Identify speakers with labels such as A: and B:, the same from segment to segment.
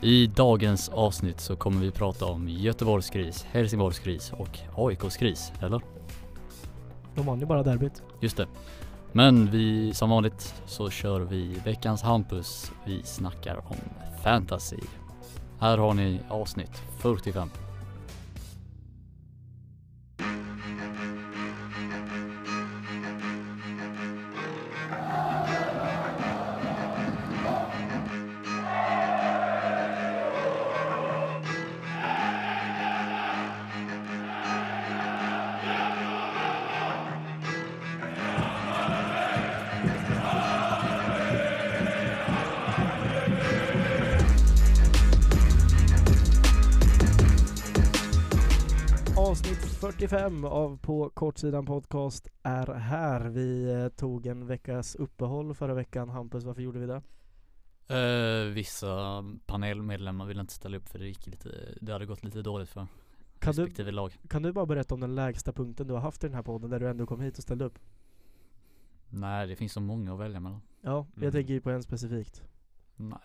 A: I dagens avsnitt så kommer vi prata om Göteborgskris, Helsingborgskris och AIKs kris, eller?
B: De vann ju bara derbyt.
A: Just det. Men vi, som vanligt så kör vi veckans Hampus. Vi snackar om fantasy. Här har ni avsnitt 45.
B: Avsnitt 45 av På kortsidan podcast är här. Vi eh, tog en veckas uppehåll förra veckan. Hampus, varför gjorde vi det?
A: Eh, vissa panelmedlemmar ville inte ställa upp för det gick lite, det hade gått lite dåligt för
B: Kan du,
A: respektive lag.
B: kan du bara berätta om den lägsta punkten du har haft i den här podden där du ändå kom hit och ställde upp?
A: Nej, det finns så många att välja mellan.
B: Ja, jag
C: Mm.
B: tänker ju på en specifikt.
A: Nej,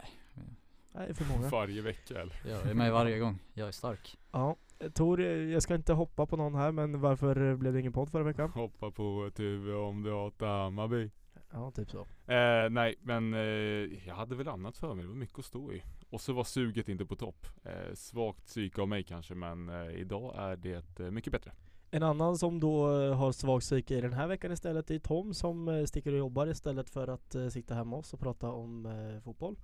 B: Nej, för många.
C: Varje vecka eller?
A: jag är med varje gång. Jag är stark.
B: Ja, Tor, eh, jag ska inte hoppa på någon här, men varför eh, blev det ingen podd förra veckan?
C: Hoppa på ett huvud om du hatar Hammarby.
B: Ja, typ så.
C: Eh, nej, men eh, jag hade väl annat för mig. Det var mycket att stå i. Och så var suget inte på topp. Eh, svagt psyke av mig kanske, men eh, idag är det eh, mycket bättre.
B: En annan som då eh, har svag psyke i den här veckan istället är Tom som eh, sticker och jobbar istället för att eh, sitta hemma hos oss och prata om eh, fotboll.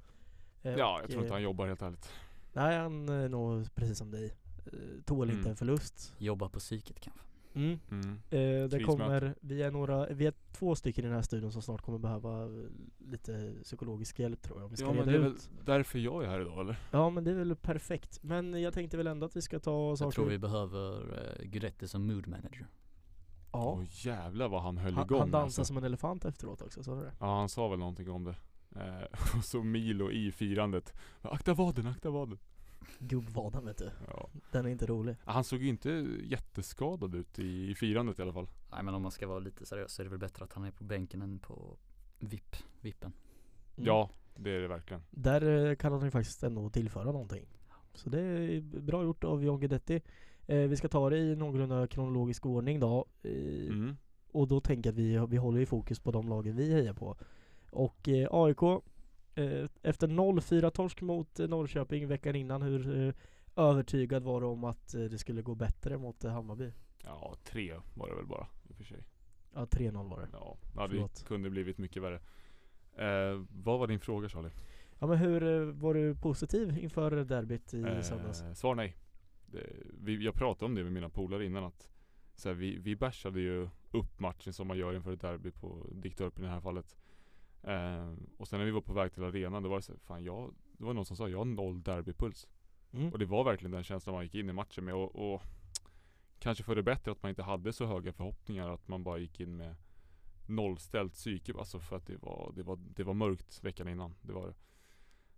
B: Eh,
C: Ja,
B: och,
C: jag tror
B: eh,
C: inte han jobbar helt ärligt.
B: Nej, han är nog precis som dig. Eh, Tål inte
C: Mm.
B: en förlust.
A: Jobba på psyket kanske.
B: Mm.
C: Mm.
B: Eh, det
C: Krismöte.
B: kommer, vi är några, vi är två stycken i den här studion som snart kommer behöva eh, lite psykologisk hjälp tror jag om vi ska
C: Ja, men
B: reda
C: det är
B: ut.
C: väl därför jag är här idag eller?
B: Ja men det är väl perfekt. Men jag tänkte väl ändå att vi ska ta saker.
A: Jag tror vi behöver eh, Guidetti som mood manager.
C: Åh
B: Ja.
C: jävlar vad han höll
B: Han,
C: igång
B: han dansar
C: alltså.
B: som en elefant efteråt också, sa du det?
C: Ja, han sa väl någonting om det. Eh, och så Milo i firandet. Akta vaden, akta vaden.
B: Gubbvadan vet du.
C: Ja.
B: Den är inte rolig.
C: Han såg ju inte jätteskadad ut i, i firandet i alla fall.
A: Nej men om man ska vara lite seriös så är det väl bättre att han är på bänken än på VIP, vippen.
B: Mm.
C: Ja, det är det verkligen.
B: Där eh, kan han ju faktiskt ändå tillföra någonting. Så det är bra gjort av John Guidetti. Eh, vi ska ta det i någorlunda kronologisk ordning då. Eh,
C: Mm.
B: Och då tänker jag att vi, vi håller ju fokus på de lagen vi hejar på. Och eh, AIK, eh, efter 0-4 torsk mot eh, Norrköping veckan innan, hur eh, övertygad var du om att eh, det skulle gå bättre mot eh, Hammarby?
C: Ja, tre var det väl bara i och för sig.
B: Ja, 3-0 var det.
C: Ja, ja
B: Förlåt.
C: det kunde blivit mycket värre. Eh, vad var din fråga Charlie?
B: Ja men hur eh, var du positiv inför derbyt i söndags?
C: Eh, svar nej. Det, vi, jag pratade om det med mina polare innan att så här, vi, vi bashade ju upp matchen som man gör inför ett derby på Diktorp i det här fallet. Eh, och sen när vi var på väg till arenan då var det så här, fan jag, det var någon som sa jag har noll derbypuls.
B: Mm.
C: Och det var verkligen den känslan man gick in i matchen med och, och kanske för det bättre att man inte hade så höga förhoppningar att man bara gick in med nollställt psyke. Alltså för att det var, det var, det var mörkt veckan innan. Det var det.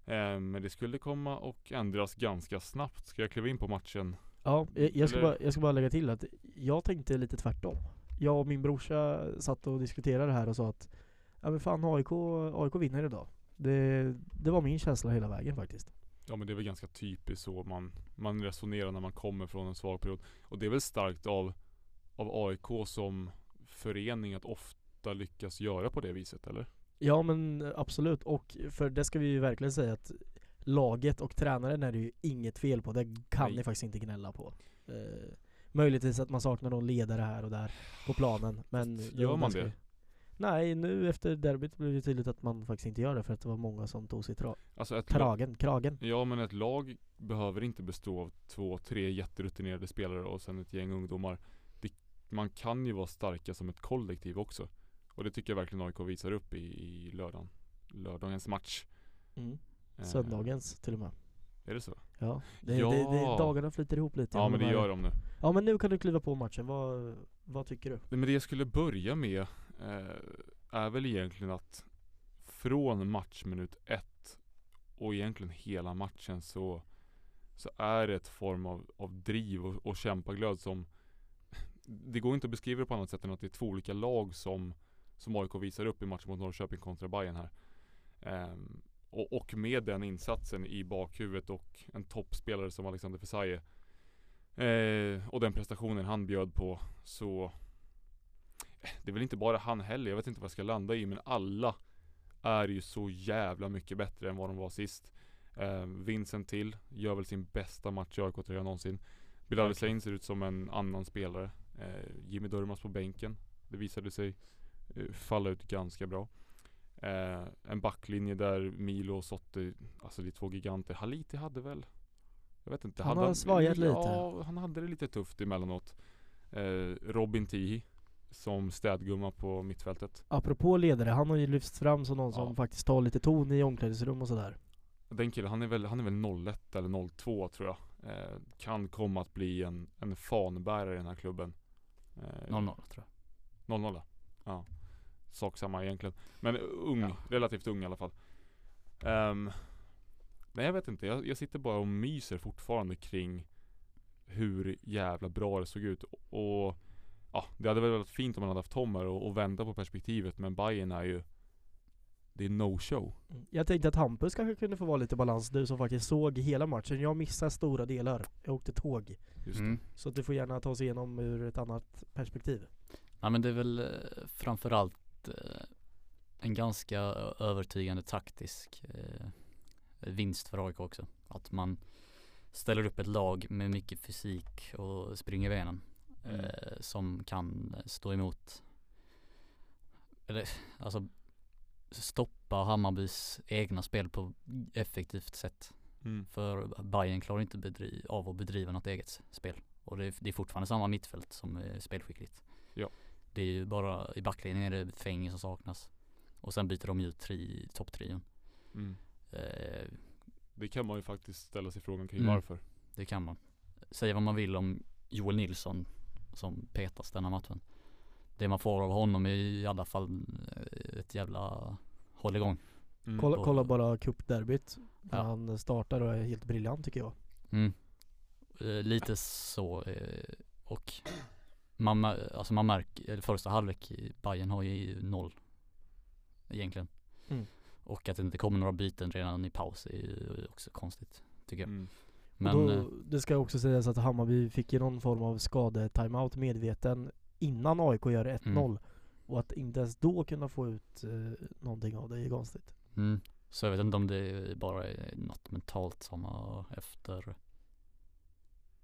C: Eh, Men det skulle komma och ändras ganska snabbt. Ska jag kliva in på matchen?
B: Ja, jag, jag, ska
C: Eller-
B: bara, jag ska bara lägga till att jag tänkte lite tvärtom. Jag och min brorsa satt och diskuterade det här och sa att ja men fan AIK, AIK vinner idag. Det, det var min känsla hela vägen faktiskt.
C: Ja men det är väl ganska typiskt så man, man resonerar när man kommer från en svag period. Och det är väl starkt av, av AIK som förening att ofta lyckas göra på det viset eller?
B: Ja men absolut och för det ska vi ju verkligen säga att laget och tränaren är det ju inget fel på. Det kan
C: Nej.
B: ni faktiskt inte gnälla på. Eh, möjligtvis att man saknar någon ledare här och där på planen. Men
C: Fast
B: det
C: gör
B: var
C: man
B: ganska-
C: det?
B: Nej, nu efter derbyt blev det tydligt att man faktiskt inte gör det för att det var många som tog sig tra-
C: Alltså ett,
B: kragen, kragen.
C: Ja men ett lag behöver inte bestå av två, tre jätterutinerade spelare och sen ett gäng ungdomar. Det, man kan ju vara starka som ett kollektiv också. Och det tycker jag verkligen AIK visar upp i, i lördagen. Lördagens match.
B: Mm.
C: Eh,
B: Söndagens till och med.
C: är det så?
B: Ja, det,
C: Ja.
B: Det, det, dagarna flyter ihop lite.
C: Ja
B: om
C: men
B: de
C: det
B: här-
C: gör de nu.
B: Ja men nu kan du kliva på matchen, vad, vad tycker du?
C: Nej, Men det jag skulle börja med eh, är väl egentligen att från matchminut ett och egentligen hela matchen så, så är det ett form av, av driv och, och kämpaglöd som det går inte att beskriva det på annat sätt än att det är två olika lag som, som AIK visar upp i matchen mot Norrköping kontra Bayern här. Ehm, Och, och med den insatsen i bakhuvudet och en toppspelare som Alexander Fesaje eh, och den prestationen han bjöd på så det är väl inte bara han heller, jag vet inte vad jag ska landa i men alla är ju så jävla mycket bättre än vad de var sist. Eh, Vincent till gör väl sin bästa match i AIK-tröjan någonsin. Bilal Hussein ser ut som en annan spelare. Eh, Jimmy Durmas på bänken. Det visade sig eh, falla ut ganska bra. Eh, en backlinje där Milo och Sotte, alltså det är två giganter. Haliti hade väl? Jag vet inte.
B: Han
C: hade
B: har svajat lite.
C: Ja, han hade det lite tufft emellanåt. Eh, Robin Tihi som städgumma på mittfältet.
B: Apropå ledare, han har ju lyfts fram som någon
C: Ja.
B: som faktiskt tar lite ton i omklädningsrum och sådär.
C: Den killen, han är väl, han är väl 01 eller 02 tror jag. Eh, kan komma att bli en, en fanbärare i den här klubben.
A: 0-0
C: Eh,
A: tror jag.
C: 00 Ja. Sak samma egentligen. Men ung,
A: Ja.
C: relativt ung i alla fall. Ehm, nej jag vet inte, jag, jag sitter bara och myser fortfarande kring hur jävla bra det såg ut. Och ja, det hade väl varit fint om man hade haft Tom här och, och vända på perspektivet. Men Bayern är ju, det är no show.
B: Jag tänkte att Hampus kanske kunde få vara lite balans, du som faktiskt såg hela matchen. Jag missade stora delar. Jag åkte tåg.
C: Just
A: Mm.
B: Så att du får gärna ta oss igenom ur ett annat perspektiv.
C: Mm.
A: Nej men det är väl eh, framförallt eh, en ganska ö- övertygande taktisk eh, vinst för AIK också. Att man ställer upp ett lag med mycket fysik och springer benen
C: Mm.
A: eh, som kan stå emot. Eller alltså stoppa Hammarbys egna spel på effektivt sätt.
C: det. Mm.
A: För Bayern klarar inte bedri- av att bedriva något eget spel. Och det är, det är fortfarande samma mittfält som är spelskickligt.
C: Ja.
A: Det är ju bara i backlinjen är det Fäng som saknas. Och sen byter de ju tri- topptrion.
C: Mm.
A: Eh,
C: Det kan man ju faktiskt ställa sig frågan kring
A: Mm.
C: varför.
A: det kan man. Säga vad man vill om Joel Nilsson som petas denna matchen. Det man får av honom är i alla fall eh, ett jävla hålligång.
C: Mm.
B: Kolla,
A: på-
B: kolla bara cupderbyt.
A: Ja.
B: När han startar och är helt briljant tycker jag.
A: Mm. Eh, lite så eh, och man, mär- alltså man märker, eller första halvlek, i Bayern har ju noll egentligen.
B: Mm.
A: Och att det inte kommer några byten redan i paus är ju också konstigt tycker jag.
C: Mm.
A: Men
B: och
A: eh,
B: då, det ska också sägas att Hammarby fick ju någon form av skade-timeout medveten innan AIK gör 1-0. Och att inte ens då kunna få ut eh, någonting av det är ju konstigt.
A: mm, så jag vet inte om det bara är något mentalt som har efter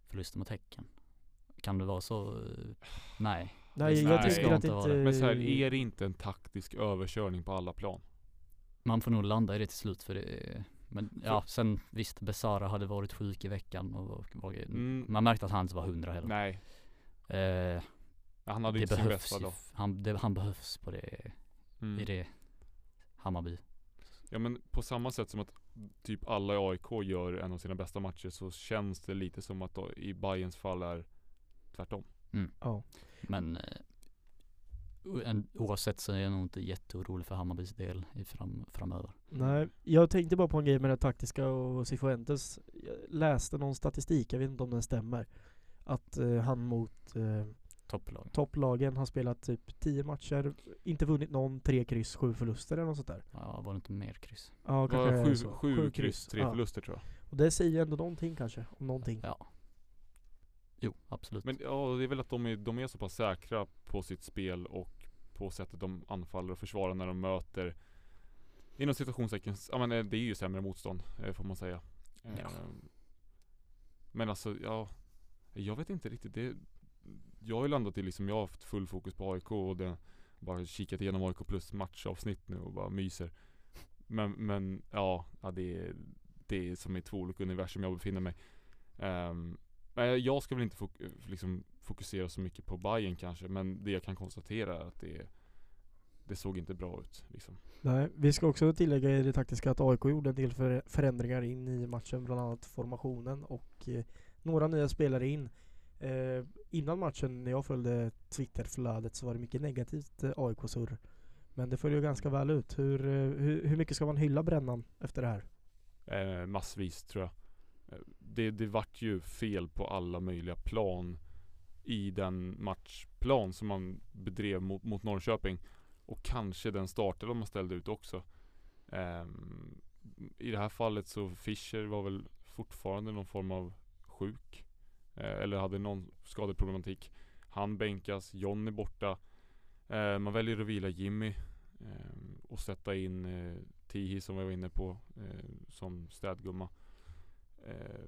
A: förlusten mot Häcken. Kan det vara så? eh, Nej.
B: Nej, jag
A: Nej, det
B: tycker
A: ska
B: att
A: inte vara
B: inte...
A: det.
C: Men så här, E- är det inte en taktisk överkörning på alla plan?
A: Man får nog landa i det till slut för det är- men ja, sen visst Besara hade varit sjuk i veckan och var- var,
C: Mm.
A: man märkte att han inte var hundra heller.
C: Nej,
A: Eh,
C: han hade
A: det
C: inte sin
A: behövs
C: bästa
A: ju,
C: dag.
A: f- han, det, han behövs på det,
C: Mm.
A: i det Hammarby.
C: Ja men på samma sätt som att typ alla i AIK gör en av sina bästa matcher så känns det lite som att då, i Bayerns fall är tvärtom.
B: Ja.
A: Men eh, o- en, oavsett så är jag nog inte jätteorolig för Hammarbys del i fram, framöver.
B: Nej, jag tänkte bara på en grej med det taktiska och Cifuentes. Jag läste någon statistik, jag vet inte om den stämmer. Att eh, han mot eh,
A: Topplag.
B: topplagen har spelat typ 10 matcher, inte vunnit någon, tre kryss, sju förluster eller något sånt där.
A: Ja, var det inte mer kryss?
B: Ja,
C: Det var
B: kanske
C: sju,
B: så.
C: sju, kryss, tre
B: ja.
C: förluster tror jag.
B: Och det säger ju ändå någonting kanske, om någonting.
A: Ja. Jo, absolut.
C: Men ja, det är väl att de är, de är så pass säkra på sitt spel och på sättet de anfaller och försvarar när de möter Inom citationstecken, s- ja men eh, det är ju sämre motstånd eh, får man säga. Eh,
A: Ja.
C: Men alltså, ja. Jag vet inte riktigt. Det, jag har ju landat i liksom, jag har haft full fokus på AIK och det, bara kikat igenom AIK plus matchavsnitt nu och bara myser. Men, men ja, ja det, är, det är som i två olika universum jag befinner mig. Ehm, men jag- jag ska väl inte fok- liksom fokusera så mycket på Bayern kanske, men det jag kan konstatera är att det, det såg inte bra ut. Liksom.
B: Nej, vi ska också tillägga i det taktiska att AIK gjorde en del för förändringar in i matchen, bland annat formationen och eh, några nya spelare in. Eh, innan matchen när jag följde Twitterflödet så var det mycket negativt eh, AIK-surr. Men det följer ju ganska väl ut. Hur, eh, hur, hur mycket ska man hylla Brännan efter det här?
C: Eh, massvis tror jag. Eh, Det, det vart ju fel på alla möjliga plan i den matchplan som man bedrev mot, mot Norrköping. Och kanske den startelva man ställde ut också. Ehm, I det här fallet så Fischer var väl fortfarande någon form av sjuk. Eh, eller hade någon skadeproblematik. Han bänkas, John är borta. Eh, man väljer att vila Jimmy. Eh, och sätta in eh, Tihi som jag var inne på. Eh, som städgumma. Eh,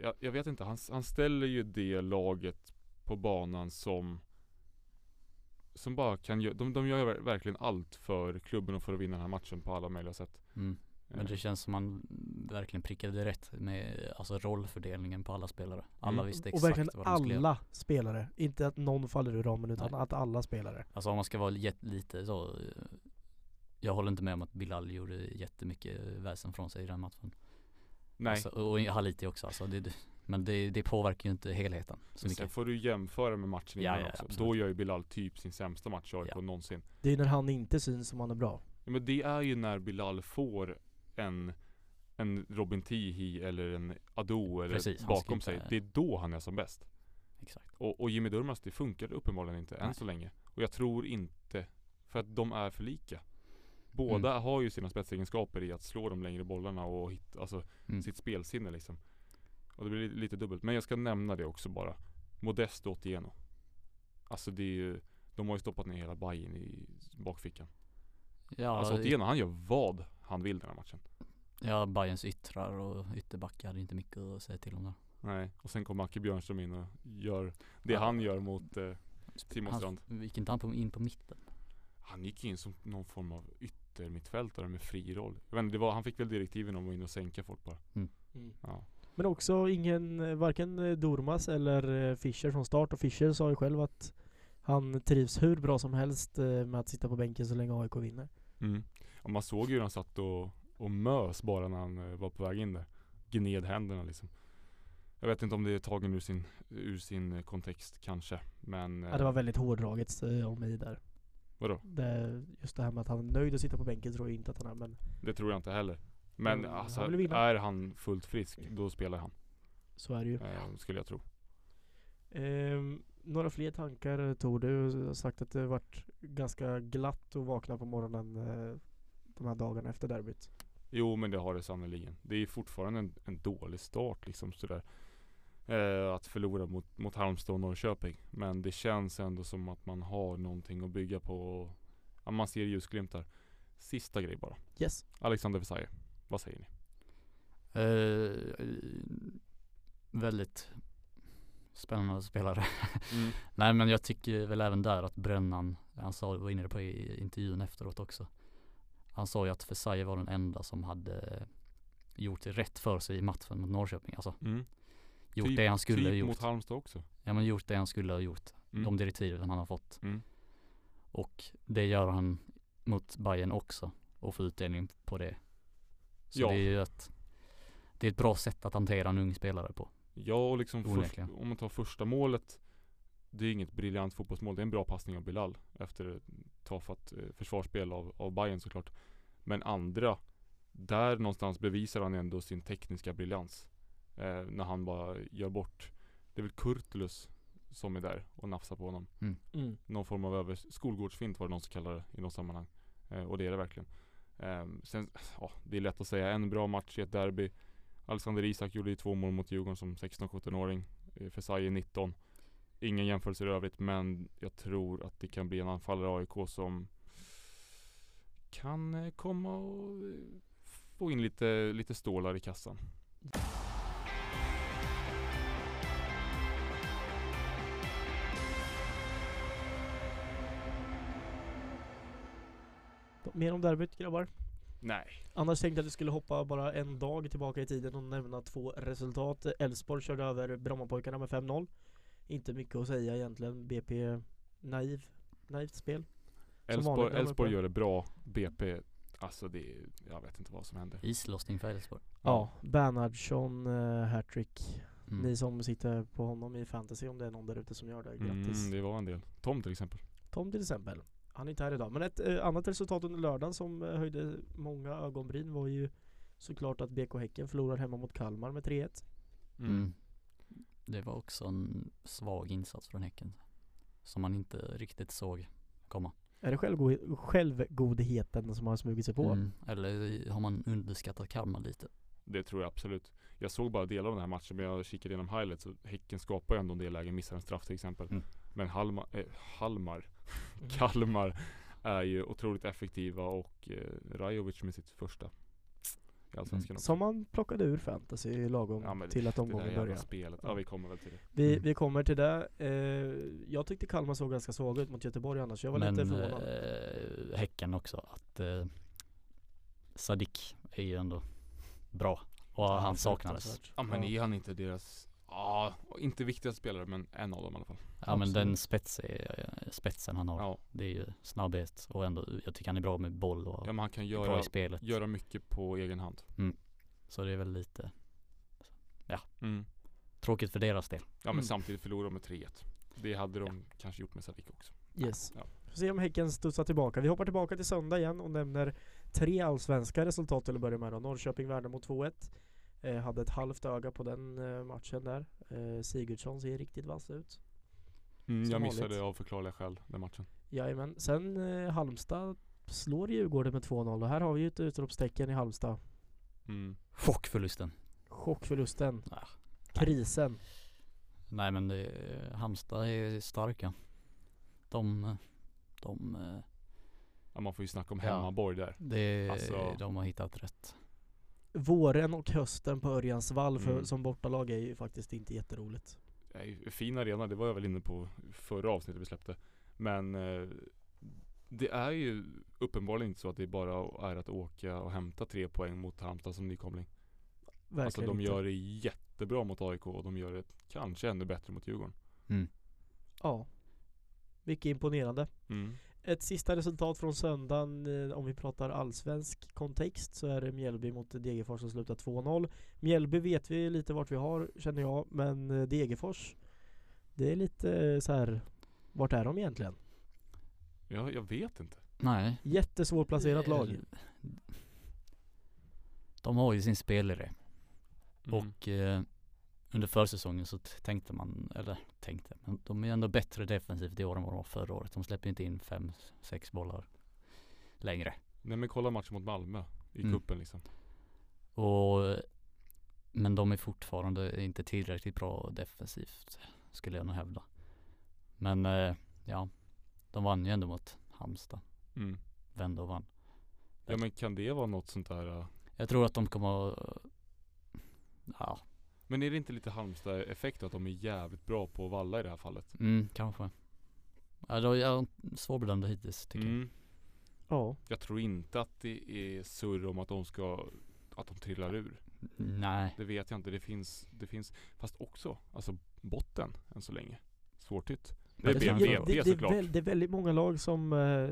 C: jag, jag vet inte, han, han ställer ju det laget på banan som som bara kan göra, de, de gör ver- verkligen allt för klubben och för att vinna den här matchen på alla möjliga sätt.
A: Mm. Men
C: Eh,
A: det känns som man verkligen prickade rätt med alltså rollfördelningen på alla spelare. Alla
C: Mm.
A: visste
B: Och
A: exakt
B: verkligen
A: vad de skulle göra.
B: alla spelare. Inte att någon faller ur ramen utan
A: Nej.
B: att alla spelare.
A: Alltså om man ska vara jätte- lite så. eh, Jag håller inte med om att Bilal gjorde jättemycket väsen från sig i den matchen.
C: Nej,
A: Alltså, och och Haliti också alltså. Det, det, men det, det påverkar ju inte helheten så
C: men sen
A: mycket.
C: får du jämföra med matchen
A: Ja,
C: innan
A: ja,
C: också.
A: absolut.
C: Då gör ju Bilal typ sin sämsta match i AIK
A: Ja.
C: någonsin.
B: Det är när han inte syns som han är bra.
C: Ja, men det är ju när Bilal får en, en Robin Tihi eller en Ado eller
A: Precis, han
C: bakom
A: ska
C: sig.
A: inte-
C: Det är då han är som bäst.
A: Exakt.
C: Och, och Jimmy Durmaz, det funkar uppenbarligen inte än
A: Nej.
C: så länge. Och jag tror inte, för att de är för lika. Båda
A: Mm.
C: har ju sina spetsegenskaper i att slå de längre bollarna och hitta, alltså
A: Mm.
C: sitt spelsinne liksom. Och det blir li- lite dubbelt. Men jag ska nämna det också bara. Modesto åt igenom. Alltså det är ju, de har ju stoppat ner hela Bajen i bakfickan.
A: Ja,
C: alltså åt
A: i-
C: igenom, han gör vad han vill den här matchen.
A: ja, Bayerns yttrar och ytterbackar hade inte mycket att säga till om där.
C: Nej, och sen kommer Acke Björnström in och gör det
A: Ja.
C: han gör mot eh, Simon
A: Han,
C: Strand.
A: gick inte han på, in på mitten?
C: Han gick ju in som någon form av yttermittfältare med fri roll. Jag vet inte, det var, han fick väl direktiven om att in och sänka folk bara.
B: Mm.
C: Ja.
B: Men också ingen, eh, varken eh, Durmaz eller eh, Fischer från start. Och Fischer sa ju själv att han trivs hur bra som helst eh, med att sitta på bänken så länge AIK vinner.
C: Mm. Och man såg ju hur han satt och, och mös bara när han eh, var på väg in där. Gned händerna liksom. Jag vet inte om det är tagen ur sin, ur sin eh, kontext kanske. Men eh,
B: Ja, det var väldigt hårdraget eh, av mig där.
C: vadå?
B: Det, just det här med att han är nöjd att sitta på bänken tror jag inte att han är. Men
C: Det tror jag inte heller. Men
B: Mm,
C: alltså,
B: han vill vinna.
C: är han fullt frisk då spelar han.
B: så är det ju.
C: Eh, skulle jag tro.
B: Ehm, några fler tankar tog du? Du har sagt att det varit ganska glatt att vakna på morgonen eh, de här dagarna efter derbyt.
C: Jo men det har det sannerligen. Det är fortfarande en, en dålig start liksom sådär. Eh, att förlora mot, mot Halmstad och Norrköping. Men det känns ändå som att man har någonting att bygga på. Ja, man ser ljusglimtar. Sista grej bara.
B: Yes.
C: Alexander Versailles, vad säger ni?
A: Eh, väldigt spännande spelare.
C: Mm.
A: Nej men jag tycker väl även där att Brännan, han sa, var inne på i intervjun efteråt också. Han sa ju att Fesai var den enda som hade gjort det rätt för sig i matchen mot Norrköping. Alltså
C: Mm.
A: gjort
C: Typ-
A: det han skulle
C: typ
A: ha
C: mot
A: gjort.
C: Halmstad också.
A: Ja men gjort det han skulle ha gjort.
C: Mm.
A: De direktiven han har fått.
C: Mm.
A: Och det gör han mot Bayern också. Och får utdelning på det. Så
C: Ja.
A: det är ju ett, det är ett bra sätt att hantera en ung spelare på.
C: Ja och liksom först,
A: Onekligen.
C: om man tar första målet. Det är inget briljant fotbollsmål. Det är en bra passning av Bilal. Efter ett tafatt eh, försvarsspel av, av Bayern såklart. Men andra. Där någonstans bevisar han ändå sin tekniska briljans. Eh, när han bara gör bort. Det är väl Kurtulus som är där och nafsar på honom.
B: Mm.
C: någon form av över skolgårdsfint var det någon som kallade det i något sammanhang. Eh, och det är det verkligen. Ehm, sen, ja, det är lätt att säga en bra match i ett derby. Alexander Isak gjorde ju två mål mot Djurgården som 16-17-åring. Eh, Fesai är 19. Ingen jämförelse i övrigt men jag tror att det kan bli en anfallare i AIK som kan eh, komma och eh, få in lite, lite stålar i kassan.
B: Mer om derbyt grabbar.
C: Nej.
B: Annars tänkte jag att vi skulle hoppa bara en dag tillbaka i tiden och nämna två resultat. Elfsborg körde över Brommapojkarna med 5-0. Inte mycket att säga egentligen. BP naiv. Naivt spel. Som vanligt när
C: Elfsborg
B: de är
C: Elfsborg
B: på-
C: gör det bra. BP, alltså det är, jag vet inte vad som händer.
A: Islossning för Elfsborg.
B: Ja, Bernhardsson eh, hattrick.
A: Mm.
B: Ni som sitter på honom i fantasy om det är någon där ute som gör det, grattis.
C: Mm, det var en del. Tom till exempel.
B: Tom till exempel. Han är inte här idag. Men ett eh, annat resultat under lördagen som eh, höjde många ögonbryn var ju såklart att BK Häcken förlorar hemma mot Kalmar med 3-1.
A: Mm. Det var också en svag insats från Häcken. Som man inte riktigt såg komma.
B: Är det självgo- självgodheten som har smugit sig på?
A: Mm. Eller har man underskattat karma lite?
C: Det tror jag absolut. Jag såg bara delar av den här matchen men jag kikade igenom highlights och Häcken skapar ju ändå en del lägen, missar en straff till exempel.
A: Mm.
C: Men Halma, eh, Halmar, Mm. Kalmar är ju otroligt effektiva och eh, Rajovic med sitt första i Allsvenskan också.
B: Mm. Som man plockade ur fantasy lagom
C: Ja, men
B: till att
C: Det där
B: omgången
C: jävla
B: började.
C: spelet. Ja
B: Ja.
C: vi kommer väl till det.
B: Vi,
A: Mm.
B: vi kommer till det. Eh, jag tyckte Kalmar såg ganska svaga ut mot Göteborg annars. Jag var
A: Men
B: lite förvånad.
A: eh, Häcken också, att eh, Sadik är ju ändå bra och han saknades.
B: Fruktansvärt.
C: Ja men
B: Ja.
C: är han inte deras, ja inte viktigaste spelare men en av dem i alla fall.
A: Ja men den
B: Absolut.
A: spets är, eh, spetsen han har,
C: Ja,
A: det är ju snabbhet och ändå, jag tycker han är bra med boll och
C: ja men han kan
A: bra
C: göra,
A: i spelet.
C: göra mycket på egen hand.
A: Så det är väl lite
C: Mm.
A: tråkigt för deras del.
C: Ja men
B: Mm.
C: samtidigt förlorar de med 3-1. Det hade de kanske gjort med Sadik också.
B: Yes.
C: Ja.
B: Får se om Häcken studsar tillbaka. Vi hoppar tillbaka till söndag igen och nämner tre allsvenska resultat till att börja med. Då. Norrköping Värnamo 2-1. Eh, hade ett halvt öga på den eh, matchen där. Eh, Sigurdsson ser riktigt vass ut.
C: Mm, jag
B: Som
C: missade
B: vanligt.
C: av förklarliga skäl den matchen.
B: Jajamän. Sen eh, Halmstad slår Djurgården med 2-0 och här har vi ju ett utropstecken i Halmstad.
C: Mm.
A: Chockförlusten.
B: Chockförlusten.
A: Ja.
B: Krisen.
A: Nej men det, Halmstad är starka. De, eh, de, eh,
C: Ja, man får ju snacka om
A: Ja.
C: hemmaborg där.
A: det,
C: Alltså-
A: de har hittat rätt.
B: Våren och hösten på Örjansvall för,
C: Mm.
B: som bortalag är ju faktiskt inte jätteroligt.
C: Det är ju Fin arena, det var jag väl inne på förra avsnittet vi släppte. Men eh, det är ju uppenbarligen inte så att det bara är att åka och hämta tre poäng mot Halmstad som nykomling.
B: Verkligen
C: alltså de
B: inte.
C: gör det jättebra mot AIK och de gör det kanske ännu bättre mot Djurgården.
B: Ja. Mycket imponerande.
C: Mm.
B: Ett sista resultat från söndagen eh, om vi pratar allsvensk kontext så är det Mjällby mot Degerfors som slutar 2-0. Mjällby vet vi lite vart vi har känner jag men eh, Degerfors det är lite eh, så här vart är de egentligen?
C: Ja, jag vet inte.
A: Nej,
B: Jättesvårplacerat
A: Eh,
B: lag.
A: De har ju sin spelare
C: Mm.
A: och eh, under försäsongen så t- tänkte man, eller tänkte, men de är ändå bättre defensivt i år än vad de var förra året. De släpper inte in fem, sex bollar längre.
C: Nej men kolla matchen mot Malmö i
A: Mm.
C: cupen liksom.
A: Och, eh, men de är fortfarande inte tillräckligt bra defensivt skulle jag nog hävda. Men eh, ja, de vann ju ändå mot Halmstad.
C: Mm.
A: Vände och vann.
C: Ja men kan det vara något sånt där? eh?
A: Jag tror att de kommer att- Ja,
C: Men är det inte lite Halmstad-effekt att de är jävligt bra på att valla i det här fallet?
A: mm, kanske. Ja, då är jag svårbedömda hittills tycker jag.
C: Mm.
B: Ja.
C: Jag tror inte att det är surr om att de ska att de trillar ur. Mm.
A: Nej,
C: Det vet jag inte. Det finns, det finns fast också, alltså botten än så länge. Svårtytt. Det är
A: det är sant.
C: BNP
A: Ja,
B: det, det, är
C: såklart.
B: väl, det är väldigt många lag som, eh,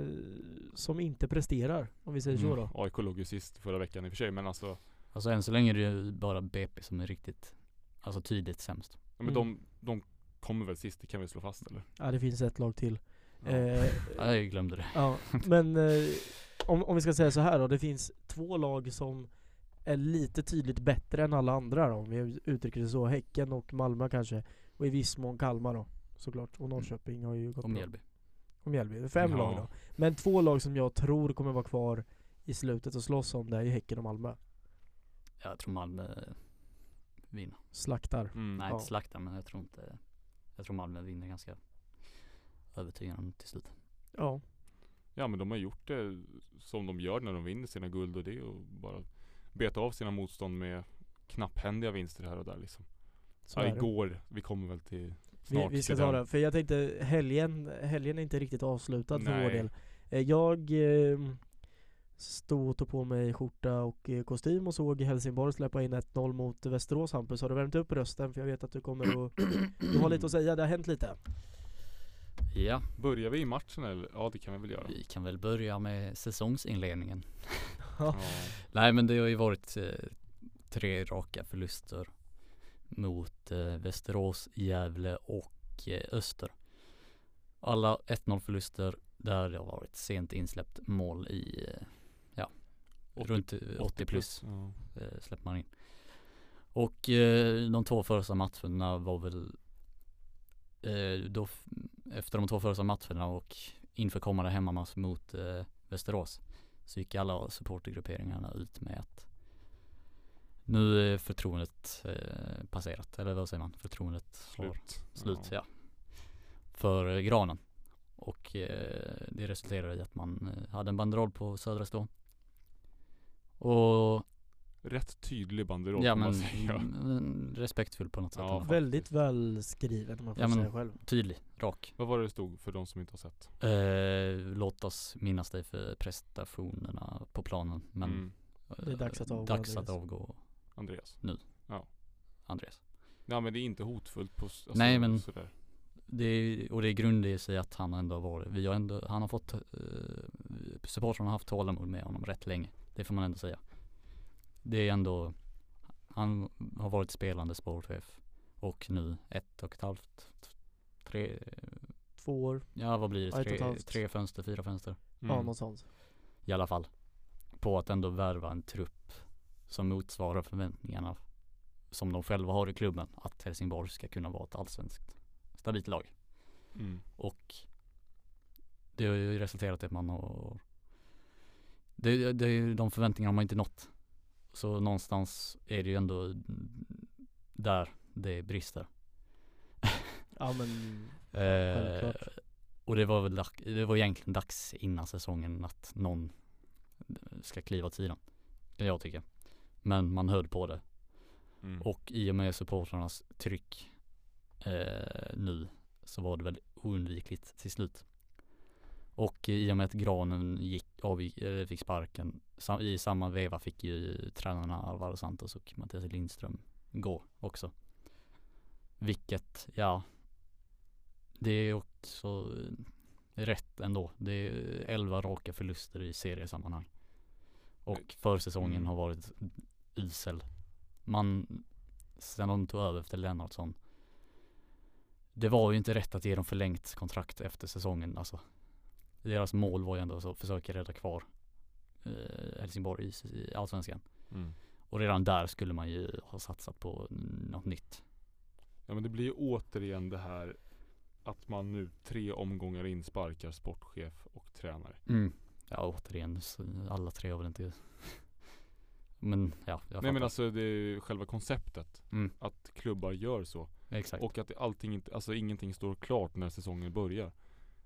B: som inte presterar om vi säger så
A: Mm.
B: då.
C: AIK låg ju sist förra veckan i och för sig men alltså
A: alltså än så länge är det ju bara BP som är riktigt, alltså tydligt sämst.
C: ja, men
B: Mm.
C: de, de kommer väl sist, det kan vi slå fast eller?
B: Ja det finns ett lag till.
C: Ja.
B: Eh,
A: Ja, jag glömde det.
B: Ja, men eh, om, om vi ska säga så här då. Det finns två lag som är lite tydligt bättre än alla andra då, om vi uttrycker det så. Häcken och Malmö kanske. Och i viss mån Kalmar då såklart. Och Norrköping har ju gått
A: Om
B: bra.
A: Mjällby.
B: Och Mjällby. Det är Fem
C: Ja.
B: lag då. Men två lag som jag tror kommer vara kvar i slutet och slåss om det är ju Häcken och Malmö.
A: Jag tror Malmö vinner.
B: Slaktar.
C: Mm.
A: Nej,
B: Ja.
A: inte slaktar men jag tror inte, jag tror Malmö vinner ganska övertygande till slut.
B: Ja.
C: Ja men de har gjort det som de gör när de vinner sina guld och det och bara beta av sina motstånd med knapphändiga vinster här och där liksom.
B: Så
C: Ja,
B: är det.
C: igår, vi kommer väl till
B: Vi,
C: snart
B: vi ska
C: till
B: ta
C: den.
B: det, för jag tänkte helgen, helgen är inte riktigt avslutad för vår
C: Nej.
B: del. Eh, Jag eh, stod och tog på mig skjorta och eh, kostym och såg Helsingborg släppa in 1-0 mot Västerås Hampus. Har du värmt upp rösten? För jag vet att du kommer att, du har lite att säga, det har hänt lite.
A: Ja,
C: Börjar vi i matchen eller? Ja det kan vi väl göra.
A: vi kan väl börja med säsongsinledningen.
C: Ja.
A: Nej men det har ju varit eh, tre raka förluster mot eh, Västerås, Gävle och eh, Öster. Alla 1-0 förluster där det har varit sent insläppt mål i, eh, ja,
C: 80
A: runt eh, 80 plus
C: Ja.
A: eh, släpper man in. Och eh, de två första matcherna var väl eh, då f- efter de två första matcherna och inför kommande hemmamatch mot eh, Västerås så gick alla supportergrupperingarna ut med att nu är förtroendet eh, passerat, eller vad säger man? Förtroendet har
C: Slut.
A: slut, ja. För eh, granen. Och eh, det resulterade i att man eh, hade en banderoll på Södra Stå. Och
C: Rätt tydlig banderoll
A: ja,
C: får man
A: men, mm,
C: säga.
A: men respektfull på något sätt.
C: Ja,
A: ändå.
C: faktiskt.
B: Väldigt välskriven om man får
A: Ja, men-
B: säga själv.
A: Tydlig, rak.
C: Vad var det det stod för de som inte har sett?
A: Eh, låt oss minnas dig för prestationerna på planen. Men eh,
C: Mm.
B: Det är dags att avgå,
A: Dags att
B: Andreas.
A: avgå
C: Andreas.
A: Andreas.
C: Nej men det är inte hotfullt på s- alltså,
A: Nej, men-
C: sådär.
A: Det är, och det grundar ju sig i att han ändå har varit, vi har ändå, han har fått, eh, supportrarna har haft tålamod med honom rätt länge. Det får man ändå säga. Det är ändå, han har varit spelande sportchef och nu ett och ett halvt, tre,
B: Två år,
A: ja vad blir
B: Ja,
A: det,
B: ett och ett
A: tre,
B: halvt.
A: tre fönster, fyra fönster.
B: ja
C: Mm.
B: något sånt.
A: i alla fall. På att ändå värva en trupp som motsvarar förväntningarna som de själva har i klubben. Att Helsingborg ska kunna vara ett allsvenskt stabilt lag.
C: Mm.
A: Och det har ju resulterat i att man har det, det är ju de förväntningarna man inte nått. Så någonstans är det ju ändå där det brister.
B: Ja men
A: Eh,
B: självklart.
A: och det var väl dags, det var egentligen dags innan säsongen att någon ska kliva åt sidan. Kan jag tycka. Men man höll på det.
C: Mm.
A: Och i och med supportrarnas tryck eh, nu så var det väl oundvikligt till slut. Och i och med att Granen gick, avgick, eh, fick sparken, sam, i samma veva fick ju tränarna Alvaro Santos och Mattias Lindström gå också. Vilket, ja, det är också eh, rätt ändå. Det är elva raka förluster i seriesammanhang. Och försäsongen
C: Mm.
A: har varit usel. Man, sen de tog över efter Lennartsson. Det var ju inte rätt att ge dem förlängt kontrakt efter säsongen alltså. Deras mål var ju ändå att försöka rädda kvar eh, Helsingborg i, i Allsvenskan.
C: Mm.
A: Och redan där skulle man ju ha satsat på något nytt.
C: Ja men det blir ju återigen det här att man nu tre omgångar in sparkar sportchef och tränare.
A: Ja återigen, så alla tre har väl inte Men ja, jag
C: Nej
A: fattar.
C: men alltså det är ju själva konceptet.
A: Mm.
C: Att klubbar gör så.
A: Exakt.
C: Och att det- allting, inte- alltså ingenting står klart när säsongen börjar.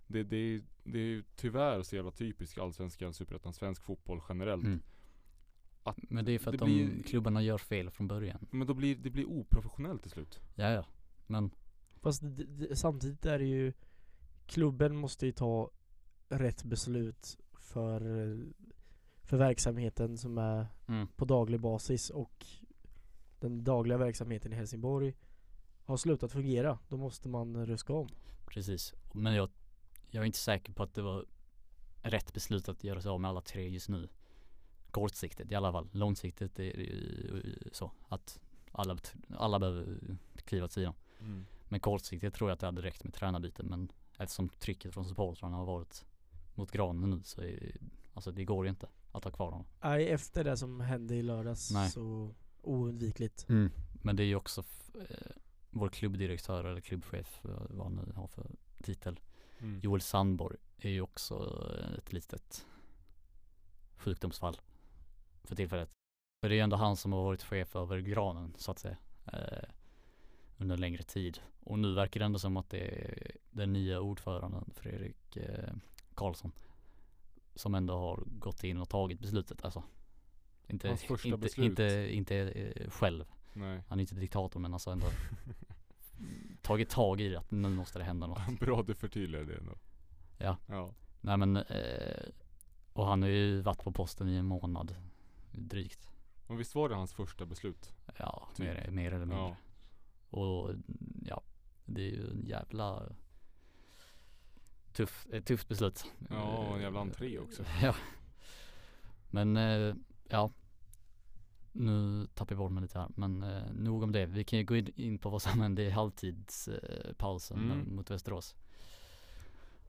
C: Det, det, är- det är ju tyvärr så jävla typiskt allsvenskan, superettan, svensk fotboll generellt.
A: Mm. Men det är för att
C: det
A: de
C: blir-
A: klubbarna gör fel från början.
C: Men då blir det blir oprofessionellt till slut.
A: Ja, ja. Men
B: Fast d- d- samtidigt är det ju Klubben måste ju ta rätt beslut för, eh, för verksamheten som är
A: Mm.
B: på daglig basis och den dagliga verksamheten i Helsingborg har slutat fungera. Då måste man ruska om.
A: precis. Men jag, jag är inte säker på att det var rätt beslut att göra sig av med alla tre just nu. Kortsiktigt i alla fall. Långsiktigt är det ju så att alla, alla behöver kliva åt sidan. Men kortsiktigt tror jag att det hade räckt med tränarbyten men eftersom trycket från supportrarna har varit mot granen nu så är alltså det går ju inte att ha kvar honom.
B: Nej, efter det som hände i lördags
A: Nej.
B: så oundvikligt.
A: Men det är ju också f- eh, vår klubbdirektör eller klubbchef eh, vad han nu har för titel.
C: Mm.
A: Joel Sandborg är ju också eh, ett litet sjukdomsfall för tillfället. För det är ju ändå han som har varit chef över granen så att säga eh, under en längre tid. Och nu verkar det ändå som att det är den nya ordföranden Fredrik eh, Karlsson som ändå har gått in och tagit beslutet alltså. Inte,
C: Hans första
A: inte,
C: beslut.
A: inte, inte eh, själv.
C: Nej.
A: Han är inte diktator men alltså ändå tagit tag i det att nu måste det hända något.
C: Bra du förtydligar det ändå.
A: Ja.
C: Ja.
A: Nej men, eh, och han har ju varit på posten i en månad drygt.
C: Men visst var det hans första beslut?
A: Ja,
C: Typ.
A: mer, mer eller mindre.
C: Ja.
A: Och ja, det är ju en jävla tuff, ett tufft beslut.
C: Ja, och en jävla
A: Eh,
C: entré också.
A: Ja. Men eh, ja, nu tappar jag bort mig lite här. Men eh, nog om det. Vi kan ju gå in- in på vad som hände i halvtidspausen eh, pausen,
C: Mm.
A: eh, mot Västerås.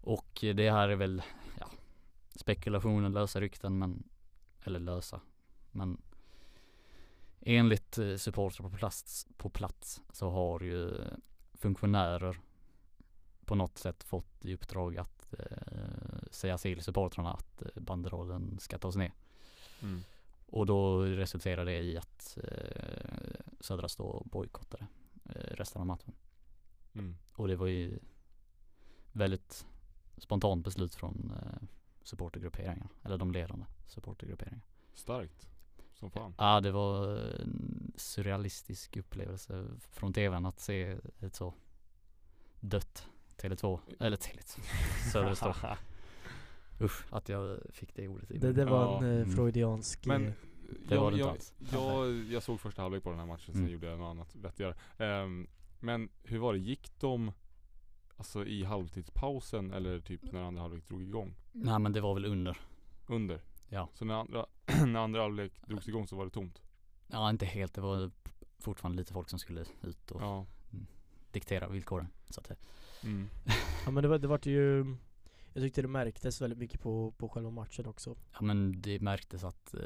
A: Och eh, det här är väl ja, spekulationer, lösa rykten, men eller lösa. Men enligt eh, supportrar på plats, på plats så har ju funktionärer på något sätt fått i uppdrag att eh, säga till supportrarna att eh, banderollen ska tas ner.
C: Mm.
A: Och då resulterade det i att eh, Södra Stå bojkottade eh, resten av matchen.
C: Mm.
A: Och det var ju väldigt spontant beslut från eh, supportergrupperingar, eller de ledande supportergrupperingarna.
C: Starkt. Som fan.
A: Ja, det var en surrealistisk upplevelse från tvn att se ett så dött Tele2, eller Tele2, Södra Stå. Usch, att jag fick det ordet i
B: Det, det
A: munnen.
B: var
C: Ja,
B: en eh,
A: mm.
B: freudiansk... eh,
C: Men
A: Det var
C: jag,
A: det inte
C: jag,
A: alls.
C: jag, jag såg första halvlek på den här matchen, sen
A: Mm.
C: gjorde jag något annat vettigare. Ehm, men hur var det, gick de alltså i halvtidspausen eller
A: Mm.
C: typ när andra halvlek drog igång?
A: Nej men det var väl under.
C: Under?
A: Ja.
C: Så när andra, när andra halvlek drogs igång så var det tomt?
A: Ja inte helt, det var fortfarande lite folk som skulle ut och
C: Ja.
A: diktera villkoren. Så att det,
C: Mm.
B: Ja men det var, det vart ju... Jag tyckte det märktes väldigt mycket på, på själva matchen också.
A: ja men det märktes att eh,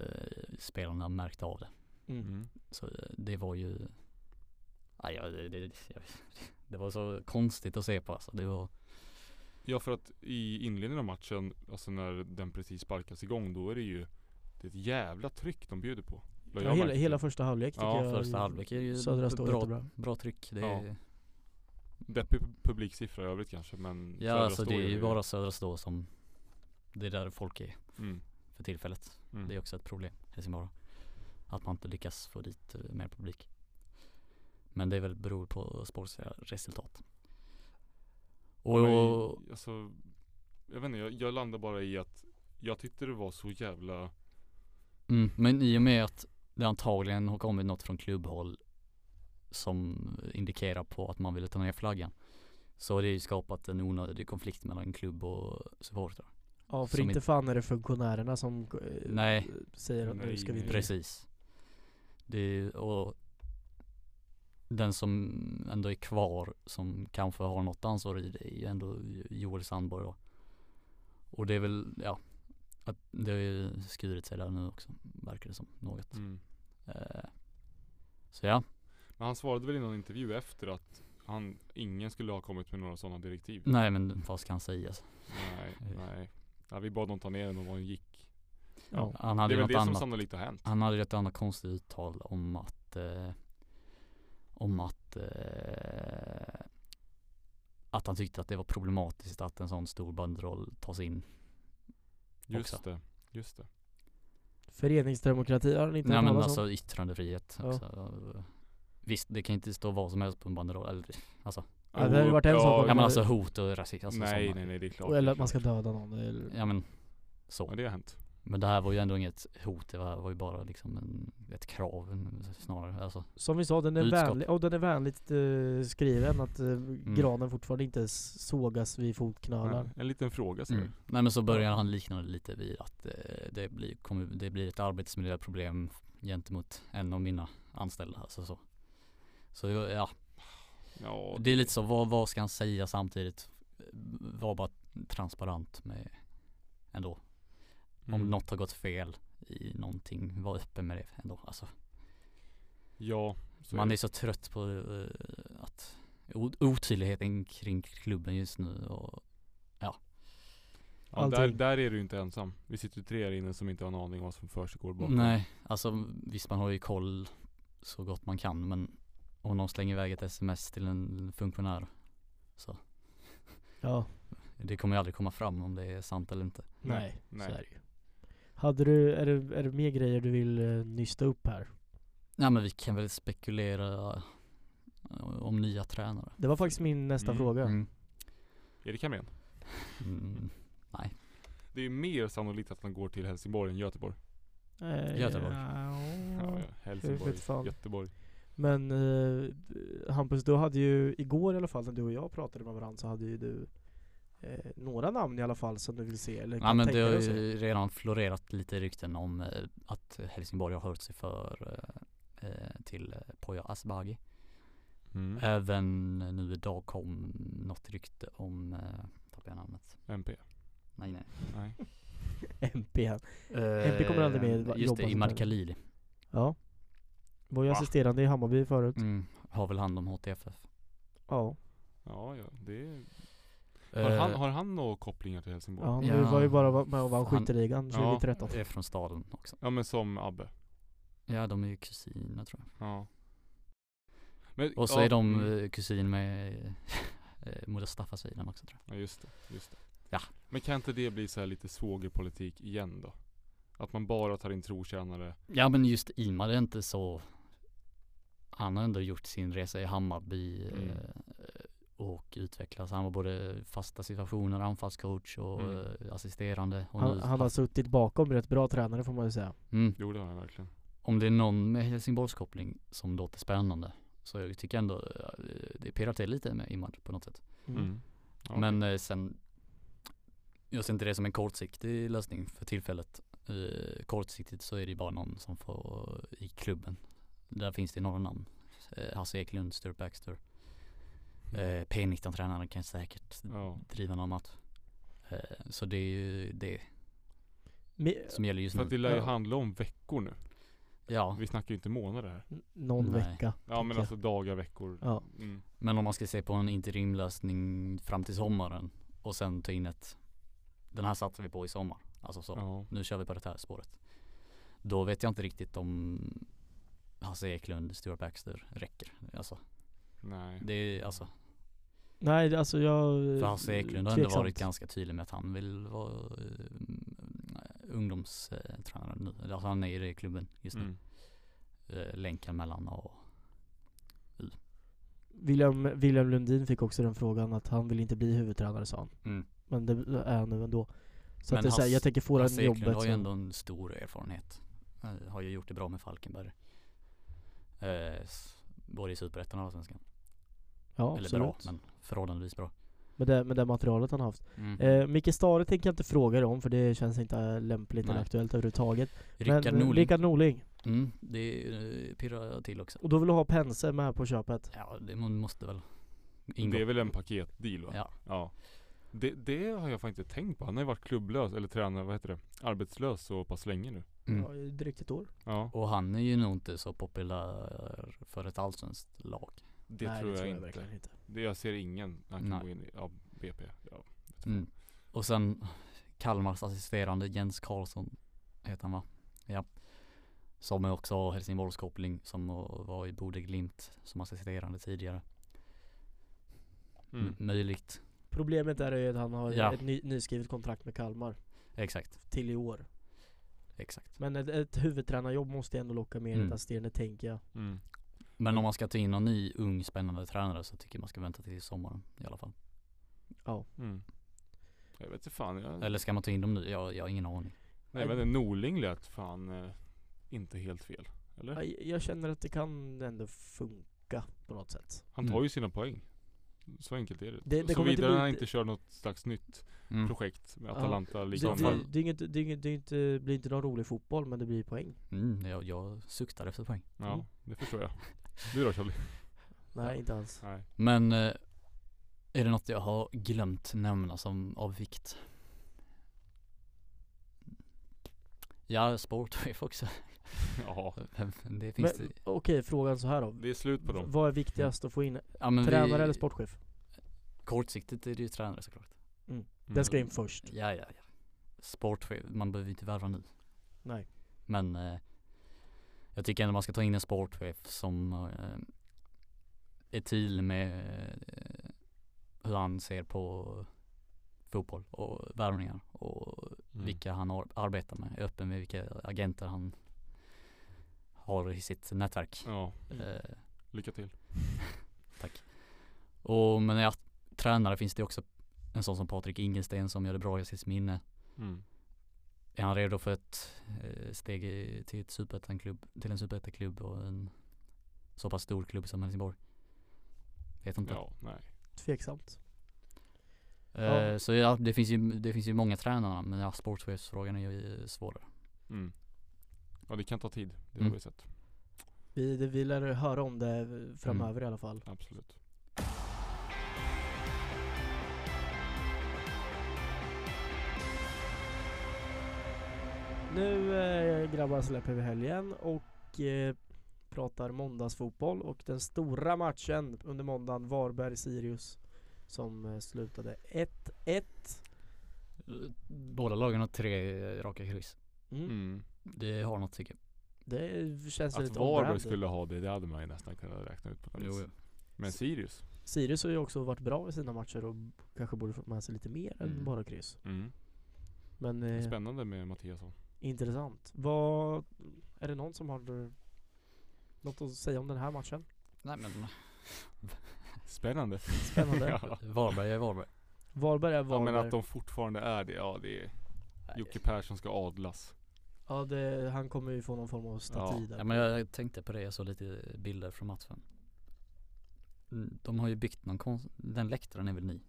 A: spelarna märkte av det.
C: Mm.
A: Så eh, det var ju, ja, jag- det, det, jag- det var så konstigt att se på alltså. Det var,
C: Ja för att i inledningen av matchen, alltså när den precis sparkas igång, då är det ju Det är ett jävla tryck de bjuder på. Vad
B: Ja,
C: jag
B: hela,
C: märkte.
B: hela första halvlek tycker
C: Ja,
B: jag.
A: första halvlek är ju
B: Södra står
A: bra,
B: jättebra.
A: bra tryck. Det
C: Ja.
A: är, ja,
C: Deppig pu- publiksiffra i övrigt kanske men Södra
A: alltså
C: står
A: det är ju bara Södra Stå som, det är där folk är
C: mm.
A: för tillfället.
C: Mm.
A: Det är också ett problem, Helsingborg. Att man inte lyckas få dit eh, mer publik. Men det är väl beror på sportsliga resultat. Och,
C: Och, alltså, jag vet inte, jag, jag landar bara i att jag tyckte det var så jävla
A: mm, men i och med att det antagligen har kommit något från klubbhåll som indikerar på att man ville ta ner flaggan. Så har det ju skapat en onödig konflikt mellan klubb och supportrar.
B: Ja för
A: Som
B: inte
A: inte-
B: fan är det funktionärerna som eh,
A: Nej.
B: säger att nu
C: Nej,
B: ska vi
C: nej.
B: inte...
A: Precis. Det är, och den som ändå är kvar som kanske har något ansvar i det är ju ändå Joel Sandborg då. Och det är väl, ja, att det har ju skurit sig där nu också, verkar det som, något.
C: mm.
A: Eh, så ja,
C: Men han svarade väl i någon intervju efter att han, ingen skulle ha kommit med några sådana direktiv
A: nej men vad ska han säga?
C: Nej, nej ja, Vi bad dem ta ner den och han gick
B: Ja.
A: Han
C: Det
A: hade
C: är
A: ju
C: väl
A: något
C: det som
A: annat,
C: sannolikt har hänt
A: han hade ju ett annat konstigt uttal om att, eh, om att, eh, att han tyckte att det var problematiskt att en sån stor banderoll tas in
C: Just
A: också.
C: det, just det
B: Föreningsdemokrati har ni inte
A: Nej
B: hört
A: men
B: talas om?
A: alltså yttrandefrihet
B: Ja.
A: också. Visst, det kan inte stå vad som helst på en banderoll. Eller, alltså,
B: Ja, det hade
C: Och-
B: varit en sak om-
A: ja men alltså hot och rasism. Alltså,
C: Nej
A: sådana.
C: nej nej det är klart
B: Och Eller
C: det är
B: att man ska
C: klart.
B: döda någon eller...
A: Ja men så.
C: Ja det har hänt
A: Men det här var ju ändå inget hot. Det var, var ju bara liksom en, ett krav en- snarare. Alltså,
B: Som vi sa, den är,
A: Budskap.
B: vänlig, och den är vänligt eh, skriven att eh, granen fortfarande inte s- sågas vid fotknölar.
C: Mm. Nej, En liten fråga så
A: mm. Nej men så börjar han likna det lite vid att eh, det, blir, kommer, det blir ett arbetsmiljöproblem gentemot en av mina anställda. Alltså så. Så det var- ja,
C: Ja,
A: det är lite så. Vad, vad ska han säga samtidigt? Var bara transparent med ändå. Om
C: mm.
A: något har gått fel i någonting, var öppen med det ändå. Alltså,
C: Ja, så
A: man
C: är
A: är så trött på eh, att o- otydligheten kring klubben just nu och
C: Ja, där,
B: Allting.
C: där är du ju inte ensam. Vi sitter ju tre här inne som inte har en aning om vad som försiggår bakom.
A: nej, alltså visst man har ju koll så gott man kan men om någon slänger iväg ett sms till en funktionär så
B: Ja,
A: det kommer ju aldrig komma fram om det är sant eller inte.
C: Nej,
B: nej,
C: nej.
B: så är det ju. Hade du, är det, är det mer grejer du vill eh, nysta upp här?
A: Nej men vi kan väl spekulera eh, om nya tränare.
B: Det var faktiskt min nästa
C: Mm,
B: fråga.
A: Mm.
C: Erik Hamrén.
A: Mm.
C: Det är ju mer sannolikt att han går till Helsingborg än Göteborg.
B: Eh,
A: Göteborg.
C: Ja, ja.
B: jag
C: Helsingborg,
B: vet fan.
C: Göteborg.
B: Men eh, Hampus, du hade ju igår i alla fall när du och jag pratade med varandra så hade ju du eh, några namn i alla fall som du vill se eller
A: Ja men det
B: tänka
A: har
B: dig att se.
A: ju redan florerat lite rykten om eh, att Helsingborg har hört sig för eh, eh, till eh, Poya Asbaghi.
C: Mm.
A: Även nu idag kom något rykte om, eh, tappade jag namnet,
C: MP.
A: nej nej.
C: Nej.
B: MP här. Hempe kommer aldrig mer
A: Eh,
B: jobba
A: Just
B: som
A: det,
B: tränare.
A: Imad Khalili.
B: Ja. Var ju
C: Va? Mm.
B: assisterande i Hammarby förut.
A: Mm, har väl hand om HTFF.
B: Ja.
C: Ja, ja. Det är... Har
A: Eh,
C: han, har han några kopplingar till Helsingborg?
B: Ja,
C: Ja,
B: du
A: Ja.
B: var ju bara med och
A: Fan.
B: vann skytteligan
C: Ja.
B: 2013.
A: är från staden också.
C: men som Abbe.
A: Ja de är ju kusiner tror jag.
C: Ja. Men,
A: Och så
C: ja,
A: är de
C: mm.
A: eh, kusin med eh, Mustafa Sidan också tror jag.
C: Ja just det, just det.
A: Ja.
C: Men kan inte det bli så här lite svågerpolitik igen då? Att man bara tar in trotjänare.
A: Ja men just Imar är inte så Han har ändå gjort sin resa i Hammarby
C: Mm.
A: eh, och utvecklats. Han var både fasta situationer, anfallscoach och
C: Mm.
A: eh, assisterande. Och
B: Han,
A: nu-
B: han har suttit bakom rätt bra tränare får man ju säga.
A: mm.
C: Jo det har jag verkligen.
A: Om det är någon med Helsingborgskoppling som låter spännande så jag tycker ändå eh, det pirrar till lite med Imad på något sätt.
B: Mm.
C: Mm. Ja.
A: Men eh, sen Jag ser inte det som en kortsiktig lösning för tillfället eh, Kortsiktigt så är det ju bara någon som får i klubben Där finns det några namn eh, Hasse Eklund, Stuart Baxter eh, P19-tränaren kan säkert
C: Ja.
A: driva någon match eh, Så det är ju det
B: Mi-
A: som gäller just
C: För att det
A: nu
C: lär ju
B: Ja.
C: handla om veckor nu.
A: Mm. Ja,
C: Vi snackar ju inte månader här.
B: någon
A: Nej.
B: vecka.
C: Ja men
B: jag.
C: alltså dagar, veckor.
B: Ja.
C: Mm.
A: men om man ska se på en interimlösning fram till sommaren och sen ta in ett Den här satsar vi på i sommar Alltså så
C: ja.
A: nu kör vi på det här spåret. Då vet jag inte riktigt om Hasse Eklund, Stuart Baxter räcker. Alltså,
C: Mm. Nej.
A: det är alltså,
B: Nej alltså jag...
A: för Hasse Eklund har ändå
B: tveksamt.
A: varit ganska tydlig med att han vill vara eh, mm, ungdomstränare nu. Eller, Alltså han är i det i klubben just nu.
C: Mm.
A: Eh, länken mellan A och
B: William, William Lundin fick också den frågan att han vill inte bli huvudtränare sa han.
A: mm.
B: Men det är han nu ändå. Så
A: Men
B: att det är så här,
A: Hasse-
B: jag tänker få
A: Hasse
B: det
A: Eklund
B: jobbet.
A: har ju
B: så-
A: ändå en stor erfarenhet. Eh, har ju gjort det bra med Falkenberg. Eh, s- både i Superettan och Allsvenskan.
B: ja,
A: Eller
B: absolut.
A: bra, men förhållandevis bra.
B: Med, det, med det materialet han har haft.
A: Mm.
B: Eh, Micke Stare tänker jag inte fråga dig om för det känns inte lämpligt eller
A: Nej.
B: aktuellt överhuvudtaget.
A: Rickard
B: Men, eh,
A: Norling.
B: Rickard Norling.
A: Mm, det eh, pirrar till också.
B: Och då vill du ha Pense med på köpet.
A: Ja, det man måste väl ingå.
C: Det är väl en paketdeal va?
A: Ja.
C: Ja. Det, det har jag faktiskt inte tänkt på. Han har ju varit klubblös, eller tränare, vad heter det? Arbetslös så pass länge nu.
A: Mm.
B: Ja, i drygt ett år.
C: Ja.
A: Och han är ju nog inte så populär för ett allsvenskt lag.
C: Det,
B: Nej,
C: tror,
B: det
C: jag
B: verkligen inte.
C: inte. Det, jag ser ingen han kan
A: Nej.
C: gå in i ja, BP. Ja.
A: Mm. Och sen Kalmars assisterande Jens Karlsson heter han va? Ja. Som är också har Helsingborgskoppling som var i Bode Glimt som assisterande tidigare.
C: Mm.
A: M- möjligt.
B: Problemet är ju att han har
A: Ja.
B: ett ny, nyskrivet kontrakt med Kalmar
A: Exakt,
B: till i år.
A: exakt.
B: Men ett, ett huvudtränarjobb måste ändå locka mer
A: Mm.
B: mm. assisterande tänker jag.
C: Mm.
A: Men om man ska ta in någon ny ung spännande tränare så tycker jag man ska vänta till sommaren i alla fall.
C: Mm. Jag vet inte fan. Jag,
A: Eller ska man ta in dem nu? Jag, jag har ingen aning.
C: nej men Norling lät fan eh, inte helt fel. Eller?
B: Jag, jag känner att det kan ändå funka på något sätt.
C: Han tar
A: Mm.
C: ju sina poäng. Så enkelt är det.
B: Det- det
C: så
B: kommer inte
C: vidare
B: bli-
C: han inte kör något slags nytt
A: Mm.
C: projekt med
B: Ja.
C: Atalanta
B: Det,
C: liksom.
A: fall.
B: det, det, är inget, det, är inget, det är inte, blir inte någon rolig fotboll men det blir poäng.
A: Mm, jag, jag suktar efter poäng.
C: Ja, det förstår jag. Du då Charlie?
B: Nej
C: Ja.
B: inte alls.
C: Nej.
A: Men eh, är det något jag har glömt nämna som av vikt? Ja, sportchef också.
C: Ja.
A: Men det
B: Men
A: finns
B: okej,
A: det.
B: frågan så här då.
C: Det är slut på dem.
B: Vad är viktigast att få in?
A: Ja, men
B: Tränare eller sportchef?
A: Kortsiktigt är det ju tränare såklart.
C: Mm.
B: Den ska in först.
A: Ja, ja, ja. Sportchef, man behöver inte värva nu.
B: Nej.
A: Men eh, jag tycker ändå man ska ta in en sportchef som eh, är tydlig med eh, hur han ser på fotboll och värvningar och
C: Mm.
A: vilka han ar- arbetar med, är öppen med vilka agenter han har i sitt nätverk.
C: Ja,
A: Eh,
C: lycka till.
A: tack. Och men när jag tränare finns det också en sån som Patrik Ingelsten som gör det bra i sitt minne.
C: Mm.
A: Är han redo för ett eh, steg i, till, ett superettanklubb, till en superettaklubb och en så pass stor klubb som Helsingborg? Vet inte.
C: Ja, nej.
B: Tveksamt.
A: Eh,
B: Ja.
A: Så ja, det finns ju, det finns ju många tränare men ja, sportchefsfrågan är ju eh, svårare.
C: Mm. Ja det kan ta tid, det
A: Mm.
C: har vi sett.
B: Vi, det, vi lär höra om det framöver
C: Mm.
B: i alla fall.
C: Absolut.
B: Nu eh, grabbar släpper vi helgen och eh, pratar måndagsfotboll och den stora matchen under måndagen Varberg-Sirius som eh, slutade 1-1.
A: Eh, Båda lagen har tre eh, raka kryss.
B: Mm.
C: Mm.
A: Det har något tycker
B: Det känns
C: Att
B: lite
C: Varberg
B: omvänt.
C: skulle ha det, det hade man ju nästan kunnat räkna ut på något
A: jag.
C: vis. Men Sirius.
B: Sirius har ju också varit bra i sina matcher och kanske borde fått med sig lite mer än
A: Mm.
B: bara kryss.
C: Mm.
B: Men eh,
C: Spännande med Mattiasson.
B: intressant. Vad, är det någon som har eh, något att säga om den här matchen?
A: Nej men
C: Spännande.
B: Spännande.
C: ja.
A: Varberg är Varberg.
B: Varberg är
C: ja
B: Varberg.
C: men att de fortfarande är det, ja det är Jocke Persson ska adlas.
B: Ja, det, han kommer ju få någon form av staty där.
A: Ja men jag tänkte på det, jag såg lite bilder från matchen. Mm, De har ju byggt någon konst, den läktaren är väl ny?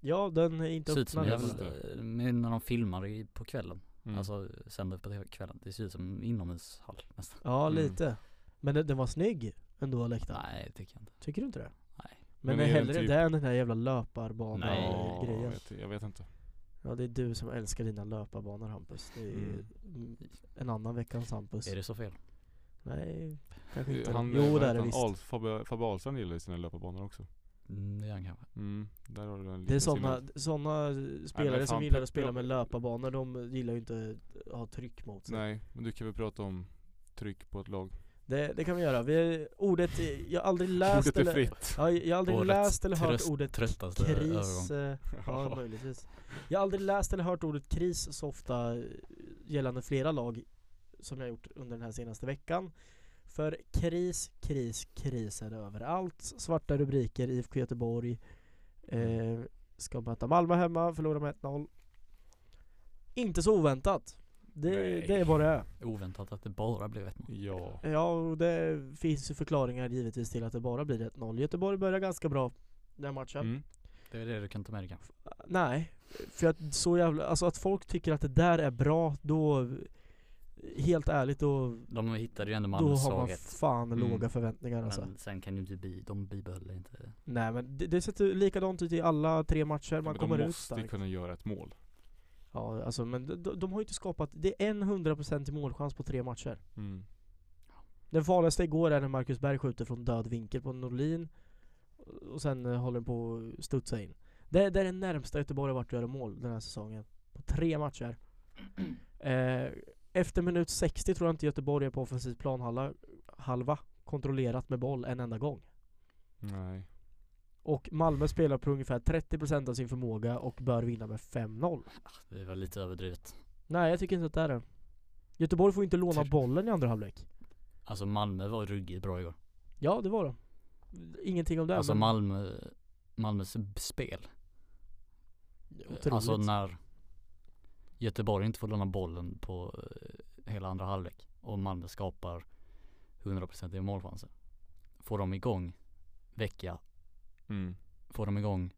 B: ja, den är inte
A: Ser ut som en
B: öppnad.
C: jävla-
B: än.
A: jävla, men när de filmar i, på kvällen,
C: Mm.
A: alltså sänder på TV kvällen, det ser ut som en inomhushall nästan.
B: Ja,
C: Mm.
B: lite. Men den, den var snygg ändå läktaren.
A: Nej det tycker jag inte.
B: Tycker du inte det?
A: Nej.
B: Men,
C: Men är den
B: hellre
C: typ-
B: det än den här jävla
A: Nej.
C: ja, jag,
B: löparbanan-grejen.
C: vet, jag vet inte.
B: Ja, det är du som älskar dina löparbanor Hampus. Det är
C: Mm.
B: mm. en annan veckans Hampus.
A: Är det så fel?
B: Nej, kanske inte.
C: Han,
B: jo,
C: vad
B: det är
C: heter
B: det
C: han?
B: visst.
C: Al, Fabbe, Fabbe Ahlstrand gillar ju sina löparbanor också.
A: Mm, det gör han kanske.
C: Mm, där har du en
B: Det är
C: liten
B: sådana
C: skillnad.
B: såna spelare
C: men
B: som
C: fan,
B: gillar
C: Pep-
B: att spela med
C: Pep-
B: löparbanor, de gillar ju inte att ha tryck mot sig.
C: Nej, men du kan väl prata om tryck på ett lag.
B: Det, det kan vi göra. Vi, ordet, är- jag har aldrig läst
C: Ordet är
B: eller,
C: fritt.
B: Ja, jag har aldrig
A: Årets
B: läst eller hört
A: tröst-
B: ordet
A: Tröttaste övergång.
B: kris. eh, Ja, möjligtvis. Jag har aldrig läst eller hört ordet kris så ofta eh, gällande flera lag som jag gjort under den här senaste veckan. För kris, kris, kris är det överallt. Svarta rubriker, IFK Göteborg eh, ska möta Malmö hemma, förlorar med 1-0. Inte så oväntat. Det,
C: Nej.
B: det är vad det är.
A: Oväntat att det bara blev ett mål.
C: Ja.
B: Ja, och det finns ju förklaringar givetvis till att det bara blir 1-0. Göteborg börjar ganska bra den matchen.
C: Mm.
A: Det är det du kan ta med dig kanske.
B: Nej, för att så jävla, alltså att folk tycker att det där är bra, då Helt ärligt då,
A: De hittade ju ändå
B: då
A: Malmös
B: har man
A: svaghet.
B: fan
C: Mm.
B: låga förväntningar alltså.
A: Men sen kan ju inte bi, de bibehöll inte.
B: Nej men det, det ser ju likadant ut i alla tre matcher, man
C: Men
B: kommer
C: de
B: ut
C: måste
B: starkt.
C: kunna göra ett mål.
B: Ja alltså men de, de har ju inte skapat, det är en 100% målchans på tre matcher.
C: Mm.
B: Den farligaste igår är när Marcus Berg skjuter från död vinkel på Norlin och sen eh, håller den på att studsa in. Det, det är det närmsta Göteborg har varit att göra mål den här säsongen. På tre matcher. Eh, efter minut 60 tror jag inte Göteborg är på offensiv planhalva halva, kontrollerat med boll en enda gång.
C: Nej.
B: Och Malmö spelar på ungefär 30% av sin förmåga och bör vinna med 5-0.
A: Ah, Det var lite överdrivet.
B: Nej, jag tycker inte att det är det. Göteborg får inte låna
A: Ty-
B: bollen i andra halvlek.
A: Alltså Malmö var ruggigt bra igår.
B: Ja, det var det. Ingenting om det.
A: Alltså
B: men-
A: Malmö, Malmös spel.
B: Otroligt.
A: Alltså när Göteborg inte får låna bollen på eh, hela andra halvlek och Malmö skapar 100% målchanser. Får de igång vecka,
C: Mm.
A: får de igång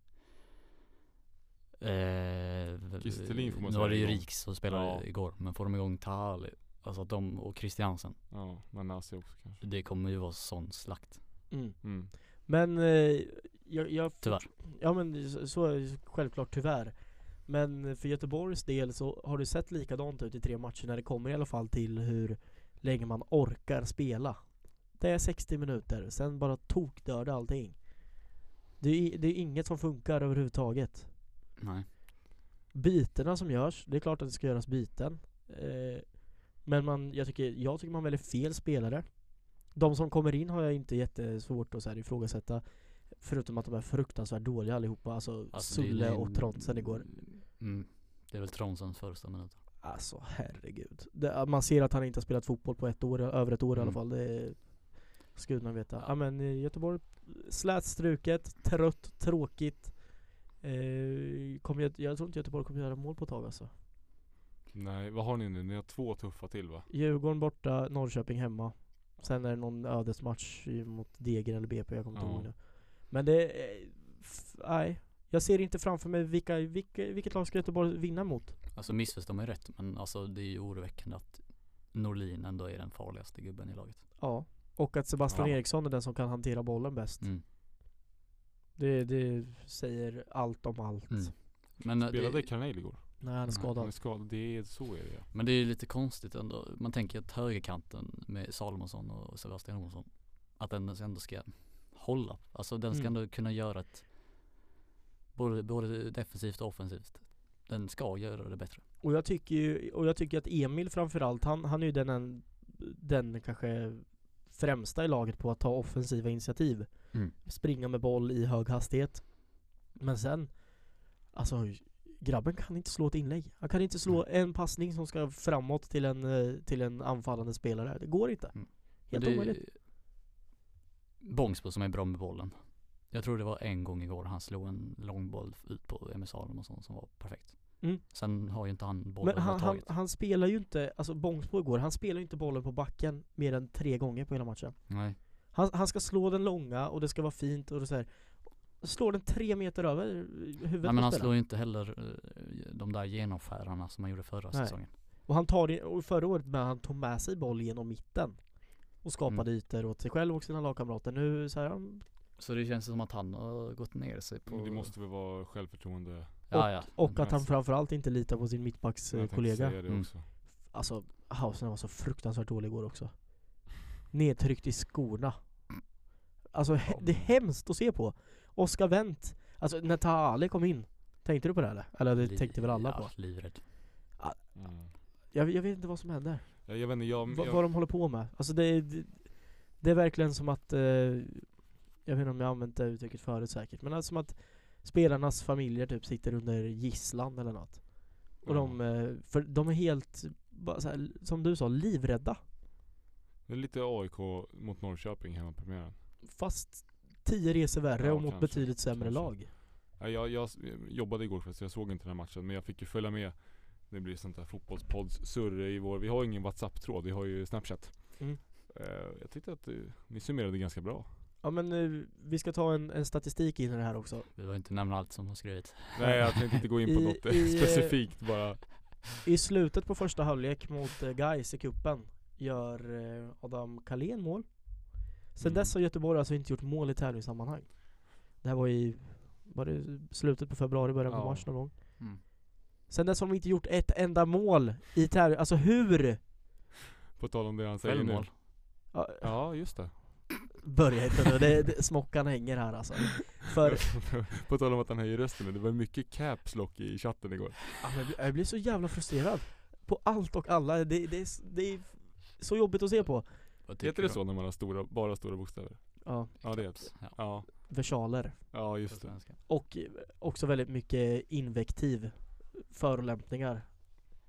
A: Eh,
C: Kistelin får man
A: nu
C: säga
A: var det ju
C: igång.
A: Riks som spelade
C: Ja.
A: igår, men får de igång Tahali, alltså att de och Christiansen,
C: Ja, Nanasi också kanske.
A: det kommer ju vara sån slakt.
B: Mm.
C: Mm.
B: Men eh, jag, jag
A: Tyvärr.
B: Ja men så- så är det ju självklart tyvärr Men för Göteborgs del så har det sett likadant ut i tre matcher när det kommer i alla fall till hur länge man orkar spela Det är 60 minuter, sen bara tokdör det allting det är, i- det är inget som funkar överhuvudtaget
A: Nej.
B: Bytena som görs, det är klart att det ska göras byten eh, Men man, jag tycker, jag tycker man väljer fel spelare De som kommer in har jag inte jättesvårt att så här ifrågasätta Förutom att de är fruktansvärt dåliga allihopa, alltså,
A: Alltså, det är-
B: Sulle
A: det är-
B: och Trondsen igår
A: Mm. Det är väl Tronsens första minut.
B: Alltså herregud det, Man ser att han inte har spelat fotboll på ett år, över ett år i alla
A: Mm.
B: fall Det är, ska gudarna veta Ja men eh, Göteborg, slätstruket, trött, tråkigt eh, kommer, Gö- Jag tror inte Göteborg kommer göra mål på ett tag alltså
C: Nej, vad har ni nu? Ni har två tuffa till va?
B: Djurgården borta, Norrköping hemma. Sen är det någon ödesmatch i- mot Degen eller BP, jag kommer inte
C: Ja.
B: ihåg nu. Men det, är- f- nej. Jag ser inte framför mig vilka, vilka, vilket lag ska Göteborg vinna mot.
A: Alltså missförstå mig rätt men alltså det är ju oroväckande att Norlin ändå är den farligaste gubben i laget.
B: Ja. Och att Sebastian
C: Ja.
B: Eriksson är den som kan hantera bollen bäst.
A: Mm.
B: Det, det säger allt om allt.
A: Mm. Men, eh,
C: Spelade
A: det,
C: Carnegie igår?
B: När han är
A: Nej,
C: Han är
B: skadad.
C: skadad. Det är så är det ja.
A: men det är ju lite konstigt ändå. Man tänker att högerkanten med Salomonsson och Sebastian Olsson, att den ändå ska hålla. Alltså den ska
B: Mm.
A: ändå kunna göra ett Både, både defensivt och offensivt. Den ska göra det bättre.
B: Och jag tycker ju, och jag tycker att Emil framförallt, han, han är ju den, en, den kanske främsta i laget på att ta offensiva initiativ.
A: Mm.
B: Springa med boll i hög hastighet. Men sen, alltså grabben kan inte slå ett inlägg. Han kan inte slå en passning som ska framåt till en, eh, till en anfallande spelare. Det går inte.
A: Mm. Men
B: Helt
A: det är
B: omöjligt.
A: Bångsbo som är bra med bollen. Jag tror det var en gång igår han slog en lång boll ut på MS Alm och sånt som var perfekt.
B: Mm.
A: Sen har ju inte han bollen
B: Men han, han,
A: överhuvudtaget.
B: han spelar ju inte, alltså Bångsbo igår, han spelar ju inte bollen på backen mer än tre gånger på hela matchen.
A: Nej.
B: Han, han ska slå den långa och det ska vara fint och det så här. Slår den tre meter över huvudet
A: Nej men
B: på
A: han
B: spelaren.
A: slår ju inte heller eh, de där genomskärarna som han gjorde förra
B: Nej.
A: säsongen.
B: Och han tar det, och förra året med han tog med sig boll genom mitten Och
A: Mm.
B: skapade ytor åt sig själv och sina lagkamrater nu så här, han-
A: Så det känns som att han har gått ner sig på...
C: Men Mm, det måste väl vara självförtroende.
A: ja, ja.
B: Och att han
C: Nice.
B: framförallt inte litar på sin
C: Jag tänkte
B: mittbackskollega
C: säga det
A: Mm.
C: också.
B: Alltså, Hausen var så fruktansvärt dålig igår också Nedtryckt i skorna Alltså he- det är hemskt att se på Oskar Wendt Alltså när Tahali kom in Tänkte du på det eller? Eller det tänkte väl alla på?
A: Ja, livrädd.
C: Mm.
B: Jag, jag vet inte vad som händer
C: Jag, jag vet inte, jag,
B: vad,
C: jag,
B: vad de håller på med. Alltså det, är- det, det är verkligen som att, eh, jag vet inte om jag använt det uttrycket förut säkert, men alltså som att spelarnas familjer typ sitter under gisslan eller något. Och de, eh, för de är helt, bara så här, som du sa, livrädda.
C: Det är lite AIK mot Norrköping hemma på premiären.
B: Fast tio resor värre
C: Ja,
B: och mot
C: kanske,
B: betydligt sämre
C: kanske.
B: lag.
C: Nej, Jag, jag s- jobbade igår så jag såg inte den här matchen men jag fick ju följa med. Det blir sånt där fotbollspodds-surr i vår, vi har ju ingen WhatsApp-tråd, vi har ju Snapchat.
B: Mm.
C: Eh, jag tyckte att eh, ni summerade ganska bra.
B: Ja men eh, vi ska ta en, en statistik in i det här också.
A: Vi behöver inte nämna allt som har skrivits.
C: Nej jag tänkte inte gå in på
B: I-
C: något eh,
B: i, eh,
C: specifikt bara.
B: I slutet på första halvlek mot eh, Gais i cupen gör eh, Adam Kalén mål. Sen
C: Mm.
B: dess har Göteborg alltså inte gjort mål i tävlingssammanhang. Det här var i var det slutet på februari, början på
C: Ja.
B: mars någon gång.
A: Mm.
B: Sen dess har de inte gjort ett enda mål i tävling. Alltså hur?
C: På tal om det han säger nu.
A: Självmål.
B: Ja,
C: Ja just det.
B: Börja inte nu, det, det, smockan hänger här alltså. För
C: på tal om att han höjer rösten nu, det var mycket caps lock i chatten igår.
B: ja, men jag blir- jag blir så jävla frustrerad. På allt och alla, det, det, är s- det är så jobbigt att se på.
A: Vad tycker
C: Heter det
A: du?
C: så när man har stora, bara stora bokstäver?
B: Ja,
C: Ja det heter
A: Ja,
C: Ja,
B: versaler.
C: ja
A: på
C: just det.
A: svenska.
B: Och också väldigt mycket invektiv Förolämpningar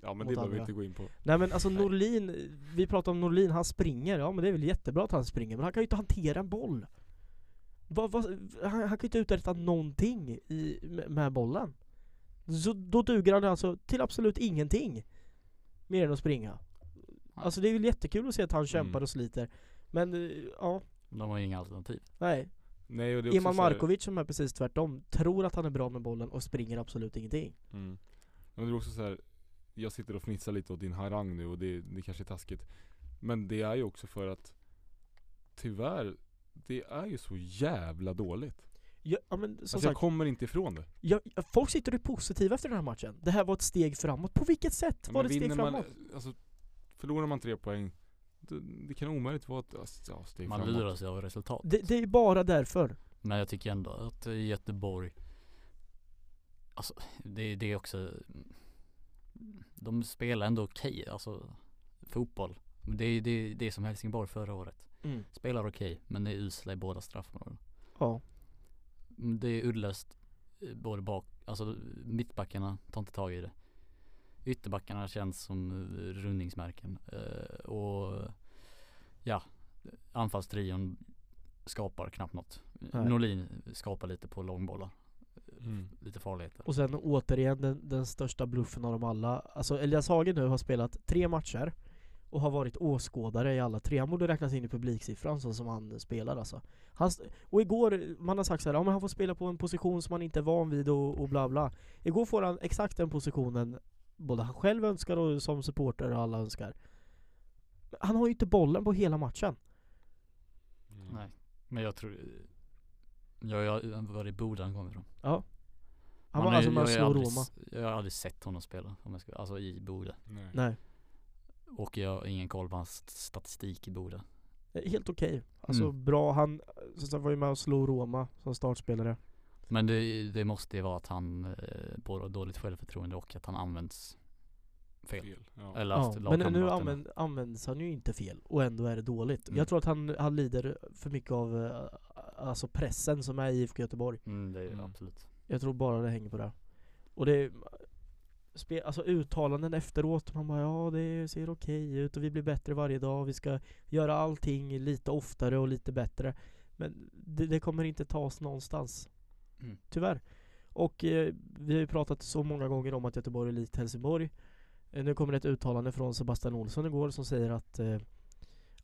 C: Ja men
B: Mot
C: det behöver vi
B: andra.
C: inte gå in på.
B: Nej men alltså
A: Nej.
B: Norlin Vi pratar om Norlin, han springer Ja men det är väl jättebra att han springer Men han kan ju inte hantera en boll vad, vad, han, han kan ju inte uträtta någonting i, med, med bollen Så då duger han alltså till absolut ingenting Mer än att springa Alltså det är väl jättekul att se att han kämpar
C: Mm.
B: och sliter Men eh, ja,
A: De har ju inga alternativ.
B: nej
C: Nej och det är också
B: Eman
C: så här-
B: Markovic som är precis tvärtom Tror att han är bra med bollen och springer absolut ingenting
C: Mm. Men det är också så här, jag sitter och fnissar lite åt din harang nu och det, det kanske är taskigt. Men det är ju också för att tyvärr, det är ju så jävla dåligt.
B: Ja, ja men som
C: alltså
B: sagt
C: jag kommer inte ifrån det.
B: Ja, ja, folk sitter och är positiva efter den här matchen. Det här var ett steg framåt. På vilket sätt
C: Ja,
B: var
C: men
B: det ett steg
C: vinner man,
B: framåt?
C: alltså, förlorar man tre poäng, det, det kan omöjligt vara ett alltså, ja, steg
A: Man
C: framåt.
A: lurar sig av resultat.
B: Det, det är bara därför.
A: Men jag tycker ändå att Göteborg Alltså det, det är också De spelar ändå okej, alltså fotboll. Men Det är det, är- det är som Helsingborg förra året.
C: Mm.
A: Spelar okej, men det är usla i båda straffområdena.
B: Ja.
A: Mm, Det är uddlöst eh, både bak, alltså mittbackarna tar inte tag i det. Ytterbackarna känns som eh, rundningsmärken. Eh, och ja, anfallstrion skapar knappt något.
B: Nej.
A: Norlin skapar lite på långbollar,
C: Mm.
A: lite farligheter.
B: Och sen återigen den, den största bluffen av dem alla. Alltså Elias Hage nu har spelat tre matcher och har varit åskådare i alla tre. Han borde räknas in i publiksiffran så som han spelar alltså. Han, s- och igår, man har sagt så här, ja men han får spela på en position som han inte är van vid och, och bla bla. Igår får han exakt den positionen både han själv önskar och som supporter och alla önskar. Men Han har ju inte bollen på hela matchen.
C: Mm.
A: Nej, men jag tror eh, jag, jag var det Boda han kommer ifrån?
B: Ja.
A: Man
B: Han var
A: har ju-
B: alltså med att
A: jag har
B: slå
A: ju aldrig
B: Roma.
A: s- Jag har aldrig sett honom spela, om jag ska, alltså i Boda.
C: Nej.
B: Nej.
A: Och jag har ingen koll på hans statistik i Boda.
B: Alltså, Helt okej. Alltså bra. Han som sagt, var ju med och slog Roma som startspelare.
A: Men det, det måste ju vara att han eh, både har dåligt självförtroende och att han används fel.
C: Ja.
A: Eller
B: Ja,
A: att
B: men nu
A: lagkamraterna-
B: använd, används han ju inte fel och ändå är det dåligt.
A: Mm.
B: Jag tror att han, han lider för mycket av eh, alltså pressen som är i IFK Göteborg.
A: Mm, det är
C: Mm.
A: absolut.
B: Jag tror bara det hänger på det. Och det spe, alltså uttalanden efteråt, man bara ja det ser okej ut och vi blir bättre varje dag. Vi ska göra allting lite oftare och lite bättre. Men det, det kommer inte tas någonstans.
A: Mm.
B: Tyvärr. Och eh, vi har ju pratat så många gånger om att Göteborg är likt Helsingborg. Eh, nu kommer det ett uttalande från Sebastian Olsson igår som säger att eh,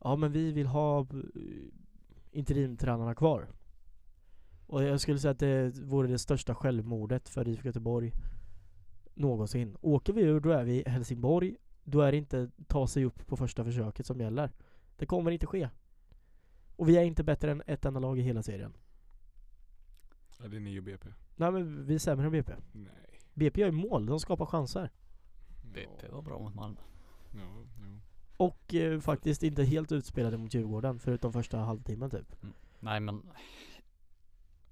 B: ja men vi vill ha eh, interimtränarna kvar. Och jag skulle säga att det vore det största självmordet för IFK Göteborg någonsin. Åker vi ur då är vi i Helsingborg. Då är det inte ta sig upp på första försöket som gäller. Det kommer inte ske. Och vi är inte bättre än ett enda lag i hela serien.
C: Ja, det är 9 BP.
B: Nej men vi är sämre än BP.
C: Nej.
B: BP gör ju mål, de skapar chanser.
A: BP
C: Ja,
A: var bra mot Malmö.
C: ja, jo.
B: Och eh, faktiskt inte helt utspelade mot Djurgården förutom första halvtimmen typ.
A: Nej men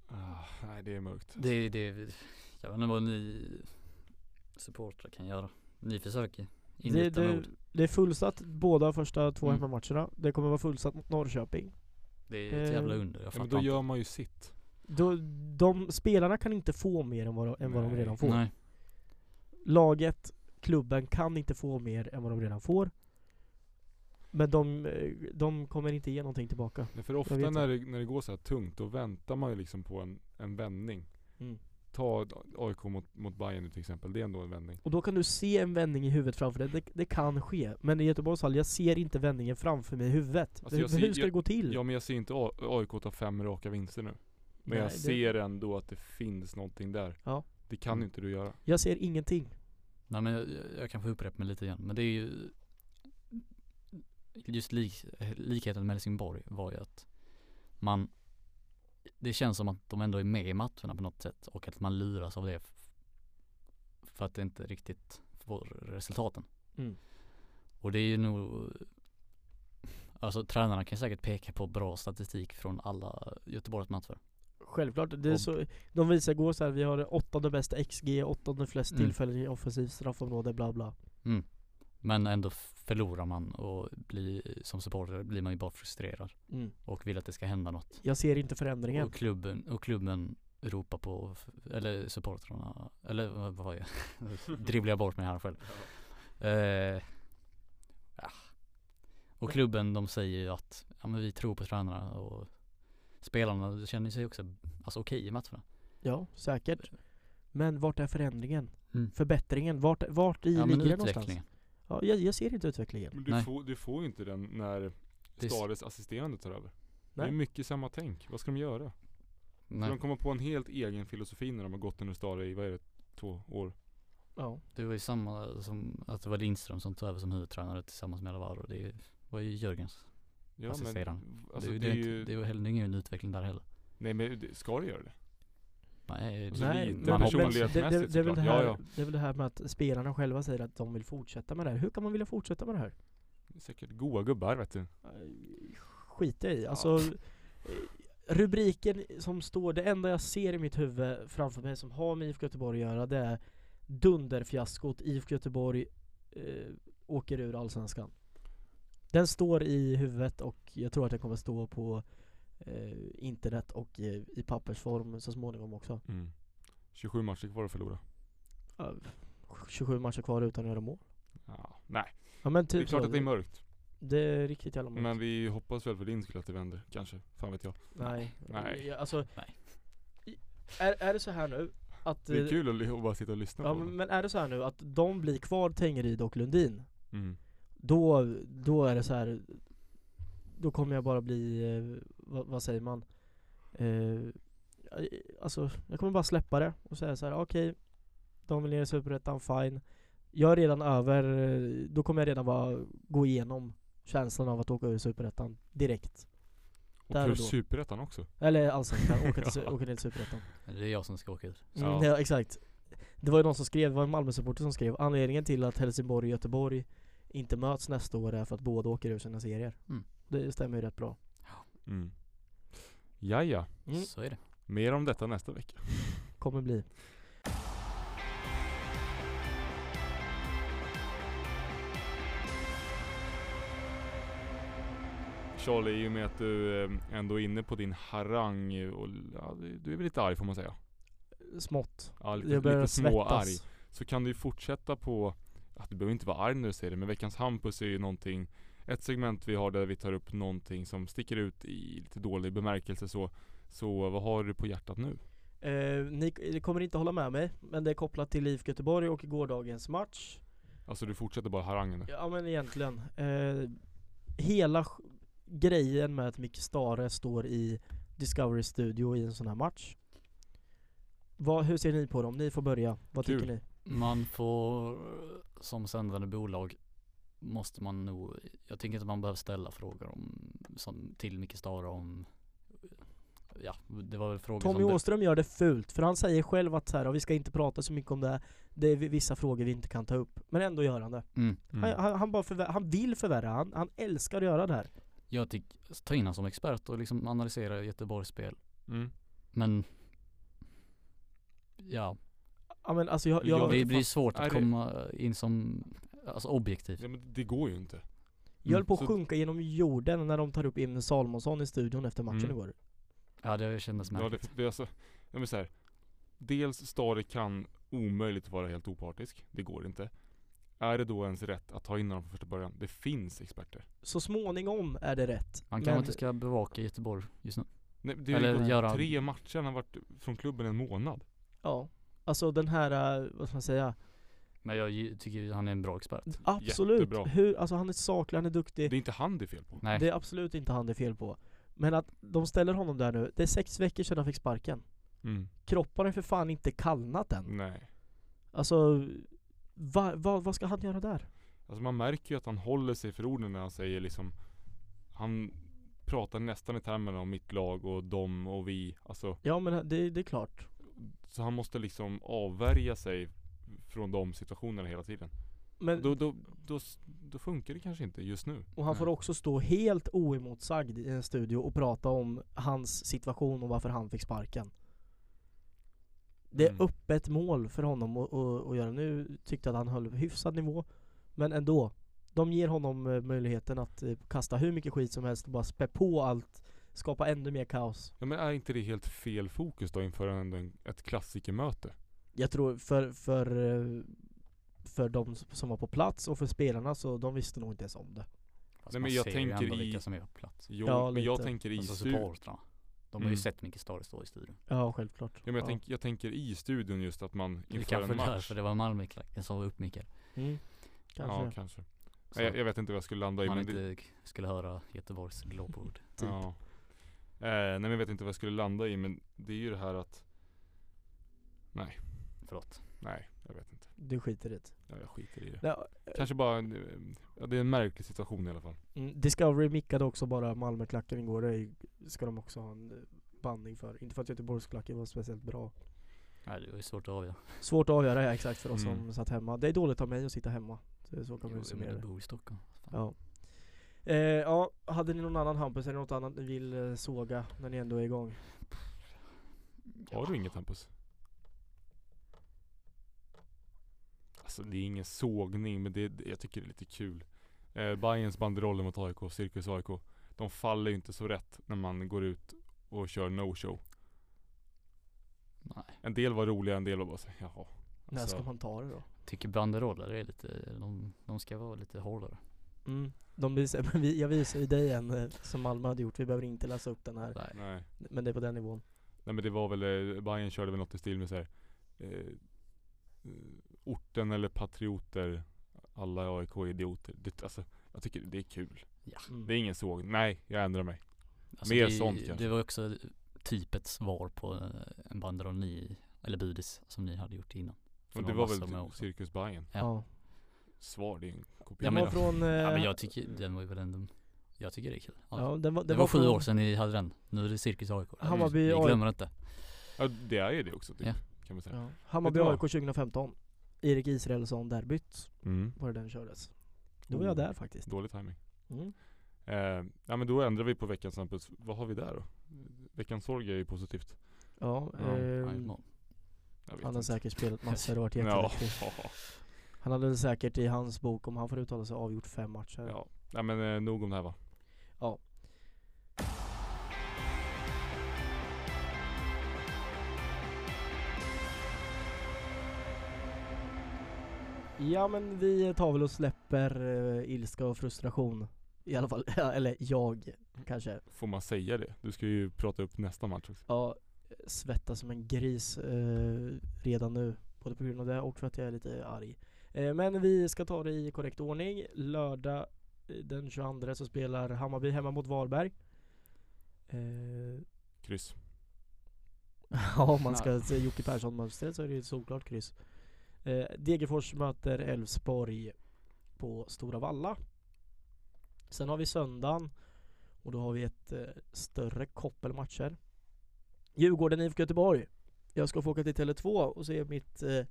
C: Ah, nej, det är mörkt.
A: det, det, jag vet inte vad ni supportrar kan göra. Ni försöker
B: Det,
A: ingjuta
B: det,
A: mod.
B: det är fullsatt båda första två
A: Mm.
B: hemmamatcherna. Det kommer vara fullsatt mot Norrköping.
A: Det är ett jävla
B: eh,
A: under. Jag
C: Ja, men
A: fattar
C: då
A: inte.
C: gör man ju sitt.
B: Då, de, spelarna kan inte få mer än vad, de- än vad de
C: Nej.
B: redan får.
A: Nej.
B: laget, klubben kan inte få mer än vad de redan får. Men de, eh, de kommer inte ge någonting tillbaka.
C: Nej, För ofta
B: vet
C: när det, när det går så här tungt, då väntar man ju liksom på en, en vändning. Ta ett AIK mot, mot Bayern nu till exempel, det är ändå en vändning.
B: Och då kan du se en vändning i huvudet framför dig. Det, det kan ske. Men i Göteborgs fall, jag ser inte vändningen framför mig i huvudet.
C: Alltså,
B: hur,
C: jag ser-
B: hur ska
C: jag-
B: det gå till?
A: Mm.
C: Ja men jag ser inte A- AIK ta fem raka vinster nu.
B: Nej,
C: Men jag
B: det-
C: ser ändå att det finns någonting där.
B: Ja.
C: Det kan
A: Mm.
C: ju inte du göra.
B: jag ser ingenting.
A: Nej men jag, jag- jag kanske upprepar mig lite igen. Men det är ju just lik, likheten med Helsingborg var ju att man det känns som att de ändå är med i matcherna på något sätt och att man luras av det f- för att det inte riktigt får resultaten.
B: Mm.
A: Och det är ju nog Alltså tränarna kan säkert peka på bra statistik från alla Göteborgs matcher.
B: Självklart. Det är
A: Och-
B: så, de visar igår så här, vi har det åttonde bästa XG, åttonde flest
A: Mm.
B: tillfällen i offensivt straffområde, bla bla.
A: Men ändå förlorar man och blir, som supporter blir man ju bara frustrerad
B: Mm.
A: och vill att det ska hända något.
B: Jag ser inte förändringen.
A: Och klubben, och klubben ropar på, f- eller supportrarna, eller vad vad var jag? Dribblar jag bort mig här själv. Eh, ja. Och klubben de säger ju att, ja men vi tror på tränarna och spelarna känner sig också, alltså okej i matcherna.
B: Ja, säkert. Men vart är förändringen?
A: Mm.
B: Förbättringen? Vart, vart i
A: ja men
B: ligger den någonstans?
A: utvecklingen.
B: Ja, jag, jag ser inte utvecklingen.
C: Men du,
A: Nej.
C: får, du får ju inte den när
A: Det är s-
C: Stares assisterande tar över. Det
B: Nej.
C: är mycket samma tänk. Vad ska de göra? Ska
A: Nej,
C: de komma på en helt egen filosofi när de har gått under Stare i, vad är det, två år?
B: Ja.
A: det var ju samma som, att det var Lindström som tog över som huvudtränare tillsammans med Alvaro. Det var ju Jörgens.
C: Ja,
A: Assisterande.
C: Men,
A: Alltså,
C: alltså,
A: det,
C: det,
A: är ju,
C: ju,
A: inte, det var heller ingen utveckling där heller.
C: Nej men det- ska det göra det?
A: Nej,
C: Och så
A: det-
C: Nej, lite
A: man
B: men-
A: hoppas.
C: personlighet.
B: det, det, det, är väl
C: såklart.
B: det, här,
C: Ja, ja.
B: det är väl det här med att spelarna själva säger att de vill fortsätta med det här. Hur kan man vilja fortsätta med det här?
C: Det är Säkert goa gubbar vet du.
B: Skiter jag i. Alltså, eh, rubriken som står, det enda jag ser i mitt huvud framför mig som har med IFK Göteborg att göra, det är dunderfiaskot IFK Göteborg eh, åker ur allsvenskan. Den står i huvudet och jag tror att den kommer stå på eh, internet och eh, i pappersform så småningom också.
C: Mm. 27 matcher kvar att förlora.
B: Ja, 27 matcher kvar utan att göra mål.
C: Ja, nej,
B: Ja men
C: det
B: typ
C: är klart
B: så. typ.
C: att det är mörkt.
B: Det är riktigt jävla mörkt.
C: Men vi hoppas väl för din skull att det vänder, kanske. Fan vet jag.
B: Nej.
C: Nej.
B: Jag- Alltså,
A: Nej.
B: i- Är, är det så här nu att...
C: Det
B: eh,
C: är kul att, li- att bara sitta och lyssna
B: Ja,
C: på
B: men
C: den.
B: men är det så här nu att de blir kvar Tengryd och Lundin
C: Mm.
B: Då, då är det så här Då kommer jag bara bli, eh, vad, vad säger man? Eh, alltså, jag kommer bara släppa det och säga så här: okej De vill ner i Superettan, fine Jag är redan över, eh, då kommer jag redan bara gå igenom känslan av att åka ur Superettan direkt
C: Och
B: där och
C: plus
B: då.
C: superettan också.
B: Eller allsvenskan, åka, till, su- åka ner till Superettan
A: Det är jag som ska åka ut.
B: Mm,
C: Ja.
B: ja, exakt. Det var ju någon som skrev, det var en Malmö-supporter som skrev anledningen till att Helsingborg och Göteborg inte möts nästa år är för att båda åker ur sina serier.
A: Mm.
B: Det stämmer ju rätt bra.
C: Mm. Jaja,
B: Mm.
A: Så är det.
C: Mm. mer om detta nästa vecka.
B: kommer bli.
C: Charlie, i och med att du eh, ändå är inne på din harang och ja, du- du är väl lite arg får man säga?
B: Smått.
C: Ja, lite,
B: Jag börjar
C: lite småarg.
B: svettas.
C: så kan du ju fortsätta på, att du behöver inte vara arg när du säger det, men veckans Hampus är ju någonting, ett segment vi har där vi tar upp någonting som sticker ut i lite dålig bemärkelse så, så vad har du på hjärtat nu?
B: Eh, ni ni kommer inte hålla med mig, men det är kopplat till IFK Göteborg och gårdagens match.
C: Alltså du fortsätter bara harangen nu.
B: Ja men egentligen. Eh, hela sj- grejen med att Micke Stare står i Discovery studio i en sån här match. Vad, hur ser ni på dem? Ni får börja. Vad
C: Kul.
B: tycker ni?
A: Man får, som sändande bolag, måste man nog, jag tycker inte man behöver ställa frågor om, som, till Micke Stara om, ja liksom det var väl frågor
B: Tommy
A: som
B: Åström gör det fult, för han säger själv att så här, "Ja, vi ska inte prata så mycket om det. här. Det är vi- vissa frågor vi inte kan ta upp. Men ändå gör han det.
A: du, mm,
C: Mm.
B: Han, han, han, bara förvä- han vill förvärra, han, han älskar att göra det här.
A: jag tycker, ta in honom som expert och liksom analysera Göteborgs spel.
C: Mm.
A: Men, ja,
B: Ja men alltså jag,
C: Jo,
B: jag,
A: det
C: men
A: blir
C: fan,
A: svårt
C: är
A: att
C: det-
A: komma in som, alltså objektivt.
C: Ja, men det går ju inte.
B: jag höll på att
C: så-
B: sjunka genom jorden när de tar upp Imre Salomonsson i studion efter matchen
C: Mm.
B: igår.
A: Ja det kändes
C: Ja, det,
A: märkligt.
C: det är alltså, ja, men så här, dels Stare kan omöjligt vara helt opartisk, det går inte. Är det då ens rätt att ta in honom från första början? Det finns experter.
B: Så småningom är det rätt.
A: Han kanske
B: men-
A: inte ska bevaka Göteborg just nu.
C: Nej, det har
A: Eller
C: ju gått
A: göra-
C: tre matcher, han har varit från klubben en månad.
B: Ja. Alltså den här, eh, vad ska man säga?
A: Men jag ju- tycker ju han är en bra expert.
B: Absolut!
C: Jättebra.
B: Hur, alltså han är saklig, han är
C: Det
B: duktig.
C: är inte han det är fel på.
A: Nej.
B: Det är absolut inte han det är fel på. Men att de ställer honom där nu, det är sex veckor sedan han fick sparken.
C: Mm.
B: Kroppen är för fan inte kallnat än.
C: Nej.
B: Alltså, va, va, vad ska han göra där?
C: Alltså man märker ju att han håller sig för orden när han säger liksom Han pratar nästan i termerna om mitt lag och dem och vi Alltså
B: Ja men det, det är klart.
C: Så han måste liksom avvärja sig Från de situationerna hela tiden
B: Men,
C: då, Mm. då, då, s- då funkar det kanske inte just nu
B: och han får
A: Nej.
B: också stå helt oemotsagd i en studio och prata om hans situation och varför han fick sparken. Det är
C: Mm.
B: öppet mål för honom att- att att göra. Nu tyckte jag att han höll hyfsad nivå. Men ändå. De ger honom eh, möjligheten att eh, kasta hur mycket skit som helst och bara spä på allt. Skapa ännu mer kaos.
C: Ja men är inte det helt fel fokus då inför ändå en, ett klassikermöte?
B: Jag tror för, för, eh, för de som var på plats och för spelarna så de visste nog inte ens om det.
A: Fast
C: Nej,
A: man
C: men jag
A: ser ju
C: tänker
A: ändå
C: i-
A: vilka som är på plats.
C: Jo,
B: Ja,
C: men jag
B: lite.
C: tänker i
A: Alltså
C: stu-
A: supportrarna. De har
C: Mm.
A: ju sett Micke Stare stå i studion.
B: Ja, självklart.
C: ja, men jag, tänk, jag tänker i studion just att man
A: Det
C: inför
A: kanske
C: en
A: det är
C: match
A: därför det var Malmöklacken som var uppmickad.
B: Mm. Kanske.
C: Ja kanske
A: Så
C: Nej, jag, jag vet inte vad jag skulle landa i
A: att man
C: men det-
A: inte skulle höra Göteborgs glåpord.
B: Typ.
C: Ja. Eh, nej men jag vet inte vad jag skulle landa i men det är ju det här att
A: Förlåt.
C: Nej, jag vet inte.
B: Du skiter i det.
C: Ja, jag skiter i det.
B: Ja,
C: Kanske bara, en, eh, ja, det är en märklig situation i alla fall.
B: mm, Discovery mickade också bara Malmöklacken igår. Det är- ska de också ha en eh, bandning för. Inte för att Göteborgsklacken var speciellt bra.
A: Nej det var ju svårt att avgöra.
B: Svårt att avgöra ja, exakt för oss
C: Mm.
B: som satt hemma. Det är dåligt av mig att sitta hemma. Så, så
A: Jo,
B: kan man ju
A: men
B: summera
A: du
B: det.
A: bor i Stockholm. Fan.
B: Ja. Eh, ja, hade ni någon annan Hampus? Är det något annat ni vill eh, såga när ni ändå är igång?
C: Har du inget Hampus? Alltså det är ingen sågning men det, det, jag tycker det är lite kul. Eh, Bayerns banderoller mot AIK, Cirkus AIK. De faller ju inte så rätt när man går ut och kör no-show.
A: Nej.
C: En del var roliga, en del var bara så, jaha.
B: När
C: Alltså,
B: ska man ta det då?
A: Tycker banderoller är lite, de, de ska vara lite hårdare.
B: Mm. De visar, men vi, jag visar ju dig en eh, som Malmö hade gjort. Vi behöver inte läsa upp den här.
A: Nej.
C: Nej.
B: Men det är på den nivån.
C: Nej men det var väl, eh, Bayern körde väl något i stil med såhär eh, eh, Orten eller patrioter Alla i AIK är idioter. Det, alltså, jag tycker det är kul.
B: Mm.
C: Det är ingen såg. Nej, jag ändrar mig.
A: Alltså
C: Mer
A: det,
C: sånt kanske.
A: Det var också typ ett svar på eh, en banderoll ni, eller budis som ni hade gjort innan. För
C: Men det
A: de
C: var
A: massor med
C: väl
A: också.
C: Cirkus Bayern
A: Ja.
B: ja.
C: Svar, det är en kopia.
A: Ja,
B: Den
A: men-
B: var från... eh,
A: Ja men jag tycker, den var ju väl ändå, jag tycker det är kul. Ja.
B: ja, den var,
A: Det, var, sju år sedan ni hade den. Nu är det Cirkus AIK.
B: Hammarby
A: Vi
B: AIK.
A: glömmer inte.
C: ja, det är ju det också typ,
A: Ja.
C: kan man säga.
B: Ja. Hammarby
C: Vet du
B: AIK 2015. Erik Israelsson-derbyt
C: Mm.
B: var det den kördes. Då var jag
C: Oh,
B: där faktiskt.
C: Dålig timing.
B: Mm.
C: Eh, ja men då ändrar vi på veckans Hampus. Vad har vi där då? Veckans sorg är ju positivt.
B: Ja,
C: Ja,
B: ehm,
A: Ja, just mål.
C: Jag vet
B: Han har
C: inte.
B: säkert spelat massor och varit
C: Ja,
B: jätteduktig. Han hade väl säkert i hans bok, om han får uttala sig, avgjort fem matcher.
C: ja. Nej men eh, nog om det här va?
B: Ja men vi tar väl och släpper eh, ilska och frustration. I alla fall, eller jag kanske.
C: Får man säga det? Du ska ju prata upp nästa match också.
B: Ja, svettas som en gris eh, redan nu. Både på grund av det och för att jag är lite arg. Eh, men vi ska ta det i korrekt ordning. Lördag eh, den 22 så spelar Hammarby hemma mot Varberg. Eh,
C: Kryss.
B: ja, om man ska se Jocke Persson-mönstret så är det ju ett solklart kryss. Eh, Degerfors möter Elfsborg på Stora Valla. Sen har vi söndagen och då har vi ett eh, större koppel matcher. Djurgården IFK Göteborg. Jag ska få åka till Tele2 och se mitt eh,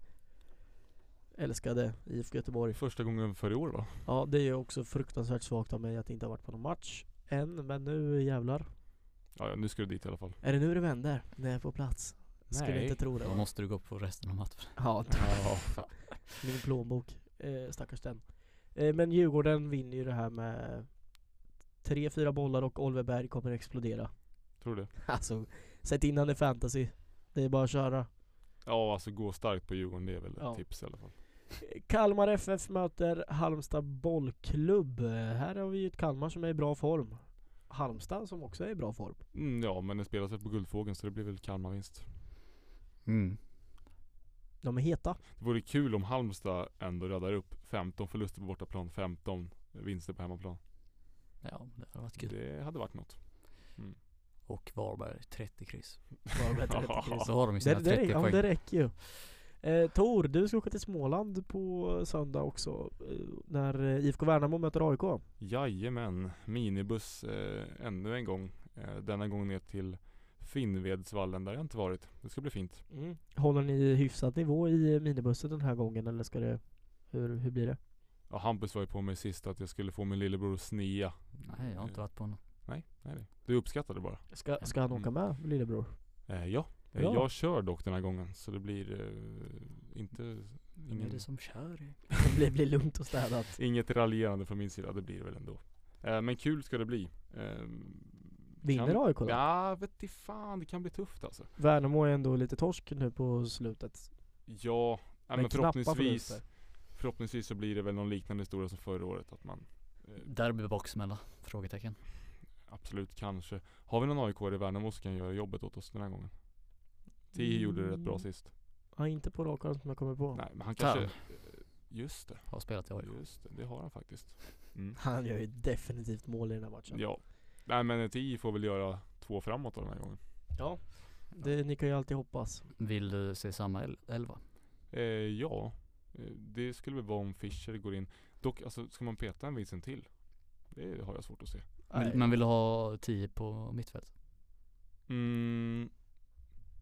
B: älskade IFK Göteborg.
C: Första gången för i år va?
B: Ja, det är ju också fruktansvärt svagt av mig att inte ha varit på någon match än, men nu jävlar.
C: Ja, ja, nu ska du dit i alla fall.
B: Är det nu det vänder? När jag är på plats? Skulle
C: Nej.
B: inte tro det.
A: Då
B: va?
A: måste du gå på resten av matchen.
B: Ja,
C: Ja,
B: min plånbok. Eh, stackars den. Eh, men Djurgården vinner ju det här med 3-4 bollar och Oliver Berg kommer explodera.
C: tror du det?
B: Alltså, sätt in han i fantasy. Det är bara att köra.
C: Ja alltså gå starkt på Djurgården, det är väl
B: Ja.
C: ett tips i alla fall.
B: Kalmar FF möter Halmstad bollklubb. Eh, Här har vi ju ett Kalmar som är i bra form. Halmstad som också är i bra form.
C: Mm, ja men den spelas väl på Guldfågeln så det blir väl Kalmar-vinst.
A: Mm.
B: De är heta.
C: Det vore kul om Halmstad ändå räddar upp 15 förluster på bortaplan, 15 vinster på hemmaplan.
A: Ja, det hade varit kul.
C: Det hade varit något.
A: Och Varberg 30 kryss.
B: Bara med 30 kryss.
A: Så har de ju
B: Det,
A: sina
B: det, det,
A: 30
B: ja, men
A: poäng.
B: det räcker ju. Eh, Tor, du ska åka till Småland på söndag också. Eh, när eh, IFK Värnamo möter AIK.
C: Jajamän, minibuss eh, ännu en gång. Eh, denna gång ner till Finnvedsvallen, där har jag inte varit. Det ska bli fint.
B: Mm. Håller ni hyfsad nivå i minibussen den här gången eller ska det... Hur, hur blir det?
C: Ja, Hampus var ju på mig sist att jag skulle få min lillebror att snea.
A: Nej, jag har inte varit på något.
C: Nej, nej, nej. Du uppskattade bara.
B: Ska, ska han åka
C: Mm.
B: med lillebror?
C: Eh, ja, Eh,
B: Ja.
C: jag kör dock den här gången så det blir eh, inte,
A: Vem är
C: ingen,
A: det som kör?
B: Det blir, blir lugnt och städat.
C: inget raljerande från min sida. Det blir det väl ändå. Eh, men kul ska det bli. Eh, kan,
B: Vinner AIK då?
C: Ja, vet i fan. Det kan bli tufft alltså.
B: Värnamo är ändå lite torsk nu på slutet.
C: Ja, men, men
B: knappa
C: förhoppningsvis.
B: förluster.
C: Förhoppningsvis så blir det väl någon liknande historia som förra året. Att man eh,
A: Derbybaksmälla? Frågetecken.
C: absolut kanske. Har vi någon AIK i Värnamo som kan göra jobbet åt oss den här gången? Tio gjorde det rätt bra
B: Mm.
C: sist.
B: Ja, inte på rak arm som jag kommer på.
C: Nej, men han
A: Tarm.
C: kanske... eh, Just det,
A: Har spelat i AIK.
C: just det. Det har han faktiskt. Mm.
B: Han gör ju definitivt mål i den här matchen.
C: Ja. Nej men TI får väl göra två framåt då den här gången.
B: Ja. Det, ni kan ju alltid hoppas.
A: Vill du se samma el- elva?
C: Eh, ja, Eh, det skulle väl vara om Fischer går in. Dock, alltså ska man peta en Vincent till? Det har jag svårt att se.
B: Nej.
A: Men, men vill du ha 10 på mittfält?
C: Mm.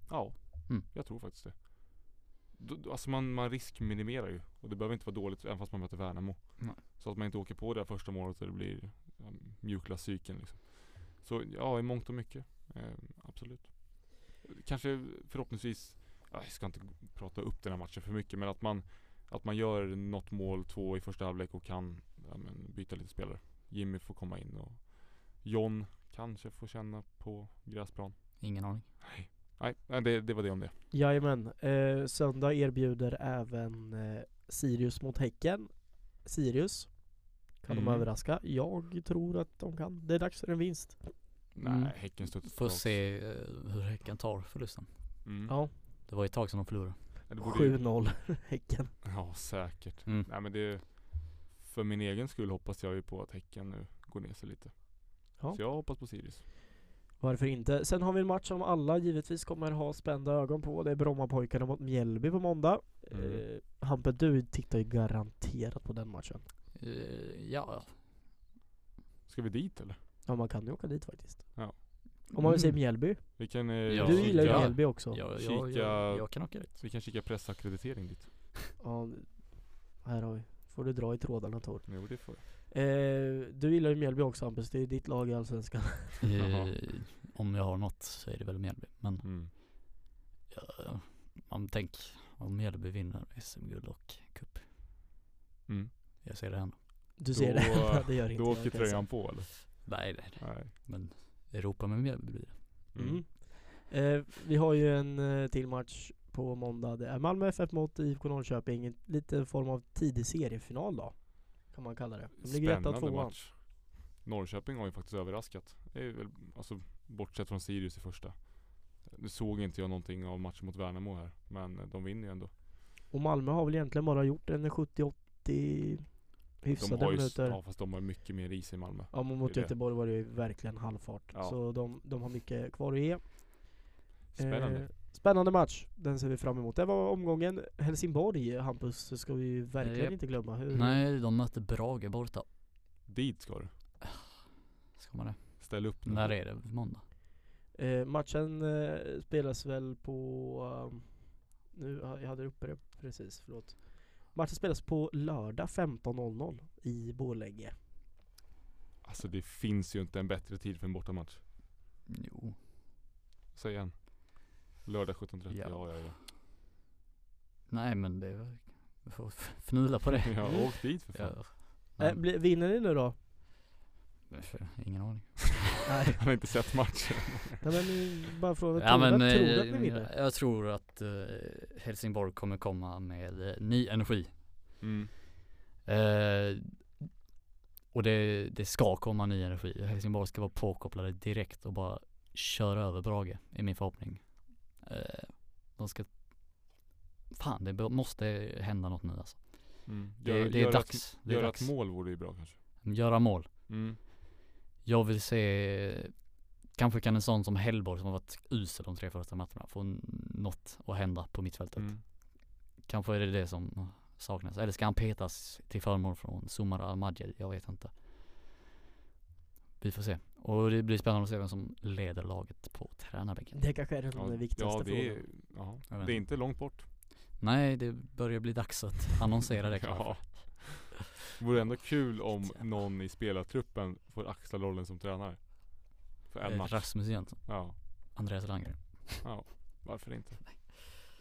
C: Ja,
A: Mm.
C: jag tror faktiskt det. Då- då- Alltså man, man riskminimerar ju och det behöver inte vara dåligt även fast man möter Värnamo.
A: Nej.
C: Så att man inte åker på det här första målet så det blir ja, mjukla psyken liksom. Så ja, i mångt och mycket. Eh, absolut. Kanske förhoppningsvis, ja, jag ska inte g- prata upp den här matchen för mycket men att man, att man gör något mål, två i första halvlek och kan ja, men, byta lite spelare. Jimmy får komma in och John kanske får känna på gräsplan.
A: Ingen aning.
C: Nej, nej, det, det var det om det.
B: Jajamän. Eh, söndag erbjuder även eh, Sirius mot Häcken. Sirius. Kan de
C: Mm.
B: överraska? Jag tror att de kan. Det är dags för en vinst.
C: Nej,
A: Mm.
C: Häcken stötte
A: Får se eh, hur Häcken tar förlusten.
C: Mm.
B: Ja.
A: Det var ju ett tag sedan de förlorade.
C: Ja, det borde ju-
B: 7-0 Häcken.
C: Ja, säkert.
A: Mm.
C: Nej men det... För min egen skull hoppas jag ju på att Häcken nu går ner sig lite.
B: Ja.
C: Så jag hoppas på Sirius.
B: Varför inte? Sen har vi en match som alla givetvis kommer ha spända ögon på. Det är Brommapojkarna mot Mjällby på måndag.
C: Mm.
B: Eh, Hampus, du tittar ju garanterat på den matchen.
A: Eh, ja.
C: Ska vi dit eller?
B: Ja, man kan ju åka dit faktiskt. Om man
A: Mm.
B: vill se Mjällby.
C: Vi kan, eh,
A: Ja.
B: Du gillar ju
A: Ja.
B: Mjällby också.
A: Ja, ja,
C: Kika-
A: jag, jag kan åka dit.
C: vi kan kika pressackreditering dit.
B: Ja, här har vi. Får du dra i trådarna Tor.
C: Jo, det får jag.
B: Eh, du gillar ju Mjällby också Hampus. Det är ditt lag i Allsvenskan.
C: Jaha.
A: Eh, om jag har något så är det väl Mjällby. Men
C: Mm.
A: ja, man men tänk om Mjällby vinner SM-guld och cup.
C: Mm.
A: Jag ser det hända.
B: Du ser
C: Då-
B: det, det gör inte
C: Då
B: jag,
C: åker
B: kan jag säga.
C: tröjan på eller?
A: Nej, nej, nej.
C: Nej.
A: Men Europa med Mjällby blir det.
C: Mm.
B: Mm. Eh, vi har ju en eh, till match på måndag. Det är Malmö FF mot IFK Norrköping. Lite form av tidig seriefinal då. Kan man kalla det. De ligger etta och
C: Spännande
B: tvåa.
C: match. Norrköping har ju faktiskt överraskat. Det är väl, alltså, bortsett från Sirius i första. Nu såg inte jag någonting av matchen mot Värnamo här, men de vinner ju ändå.
B: Och Malmö har väl egentligen bara gjort en 70-80
C: De
B: hyfsade
C: har ju,
B: minuter. Eh.
C: ja, fast de har ju mycket mer is i Malmö.
B: Ja men mot
C: Det är det.
B: Göteborg var det ju verkligen halvfart.
C: Ja.
B: Så de, de har mycket kvar att ge.
C: Spännande.
B: Eh, spännande match. Den ser vi fram emot. Det var omgången. Helsingborg, Hampus, så ska vi ju verkligen
A: Japp.
B: inte glömma. Hur,
A: Nej, de möter Brage borta.
C: Dit ska du.
A: Ska man det?
C: Ställ upp nu.
A: När är det? Måndag?
B: Eh, matchen eh, spelas väl på... ehm, nu, jag hade uppe det precis, förlåt. Matchen spelas på lördag 15.00 i Borlänge.
C: Alltså det finns ju inte en bättre tid för en bortamatch.
A: Jo.
C: Säg igen. Lördag 17.30. Ja.
A: Ja.
C: Ja, ja, ja.
A: Nej men det är... Vi får f- fnula på det.
C: Jag åk dit för fan.
A: Ja.
B: Eh,
A: Nej,
B: bli, vinner ni nu då?
A: ingen aning.
B: Nej.
C: Han har inte sett matchen.
B: Nej men ni bara fråga.
A: Ja, men,
B: tror du att
A: eh,
B: ni vinner?
A: Jag tror att eh, Helsingborg kommer komma med eh, ny energi.
C: Mm.
A: Eh, och det, det ska komma ny energi. Helsingborg ska vara påkopplade direkt och bara köra över Brage, är min förhoppning. Eh, de ska... Fan, det be- måste hända något nu alltså.
C: Mm.
A: Det, det är dags.
C: Att,
A: det är
C: göra
A: dags.
C: ett mål vore ju bra kanske.
A: Göra mål.
C: Mm.
A: Jag vill se, kanske kan en sån som Hellborg som har varit usel de tre första matcherna få n- något att hända på mittfältet.
C: Mm.
A: Kanske är det det som saknas. Eller ska han petas till förmån från Sumar Al-Majed? Jag vet inte. Vi får se. Och det blir spännande att se vem som leder laget på tränarbänken.
B: Det kanske är den
C: Ja,
B: viktigaste
C: ja, det
B: frågan.
C: är, ja,
A: Jag vet
C: det är inte långt bort.
A: Nej, det börjar bli dags att annonsera det kanske.
C: Ja. Det vore ändå kul om någon i spelartruppen får axla rollen som tränare. För en
A: Eh,
C: match.
A: Rasmus Jönsson,
C: Ja,
A: Andreas Langer.
C: varför inte?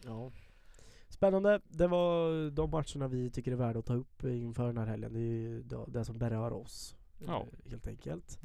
B: Ja. Spännande. Det var de matcherna vi tycker är värda att ta upp inför den här helgen. Det är ju det- det som berör oss.
C: Ja.
B: eh, Helt enkelt.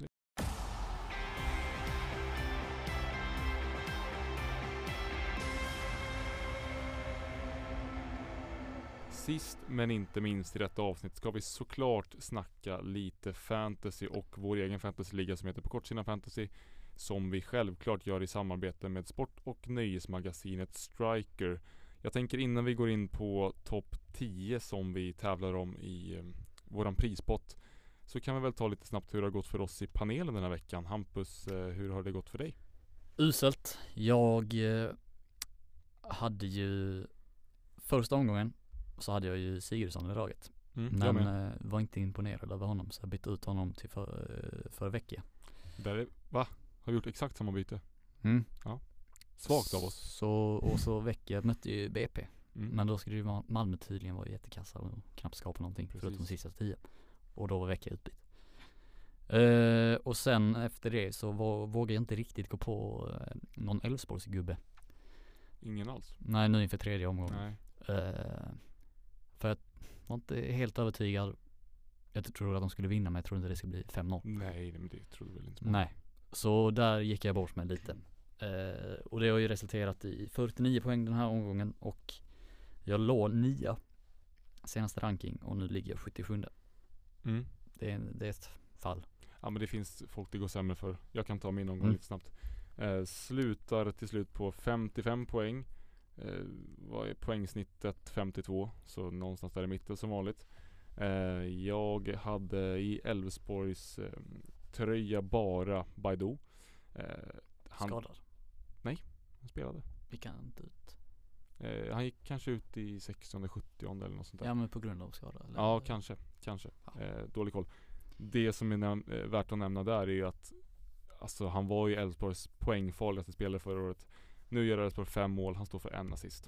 C: Sist men inte minst i detta avsnitt ska vi såklart snacka lite fantasy och vår egen fantasyliga som heter På kortsidan fantasy. Som vi självklart gör i samarbete med sport och nöjesmagasinet Striker. Jag tänker innan vi går in på topp 10 som vi tävlar om i eh, våran prispott. Så kan vi väl ta lite snabbt hur det har gått för oss i panelen den här veckan. Hampus, eh, hur har det gått för dig?
A: Uselt. Jag eh, hade ju första omgången så hade jag ju Sigurdsson i laget.
C: Mm, jag
A: Men
C: med.
A: eh, var inte imponerad över honom så jag bytte ut honom till för, eh, för vecka.
C: Där är, va? Har vi gjort exakt samma byte?
A: Mm.
C: Ja. Svagt av oss.
A: Så, och så vecka mötte ju BP.
C: Mm.
A: Men då skulle ju Ma- Malmö tydligen vara jättekassa och knappt skapa någonting
C: Precis.
A: förutom de sista tio. Och då var vecka utbytt. Eh, och sen efter det så var, vågade jag inte riktigt gå på eh, någon Elfsborgsgubbe.
C: Ingen alls?
A: Nej nu inför tredje omgången.
C: Nej.
A: Eh, för jag var inte helt övertygad. Jag tror att de skulle vinna men jag tror inte det skulle bli 5-0.
C: Nej, men det trodde väl inte många.
A: Nej. Så där gick jag bort mig lite. Eh, och det har ju resulterat i 49 poäng den här omgången och jag låg nia senaste ranking och nu ligger jag 77.
C: Mm.
A: Det är, det är ett fall.
C: Ja men det finns folk det går sämre för. Jag kan ta min omgång
A: Mm.
C: lite snabbt. Eh, slutar till slut på 55 poäng. Eh, vad är poängsnittet? 52. Så någonstans där i mitten som vanligt. Eh, jag hade i Elfsborgs eh, tröja bara Baidoo. Eh, han,
A: Skadad.
C: han spelade.
A: Vi kan inte ut.
C: Eh, han gick kanske ut i 60, 70 eller något sånt där.
A: Ja men på grund av skada eller?
C: Ja, kanske. Kanske.
A: Ja.
C: Eh, dålig koll. Det som är näm- eh, värt att nämna där är ju att alltså, han var ju Elfsborgs poängfarligaste spelare förra året. Nu gör Elfsborg fem mål, han står för en assist.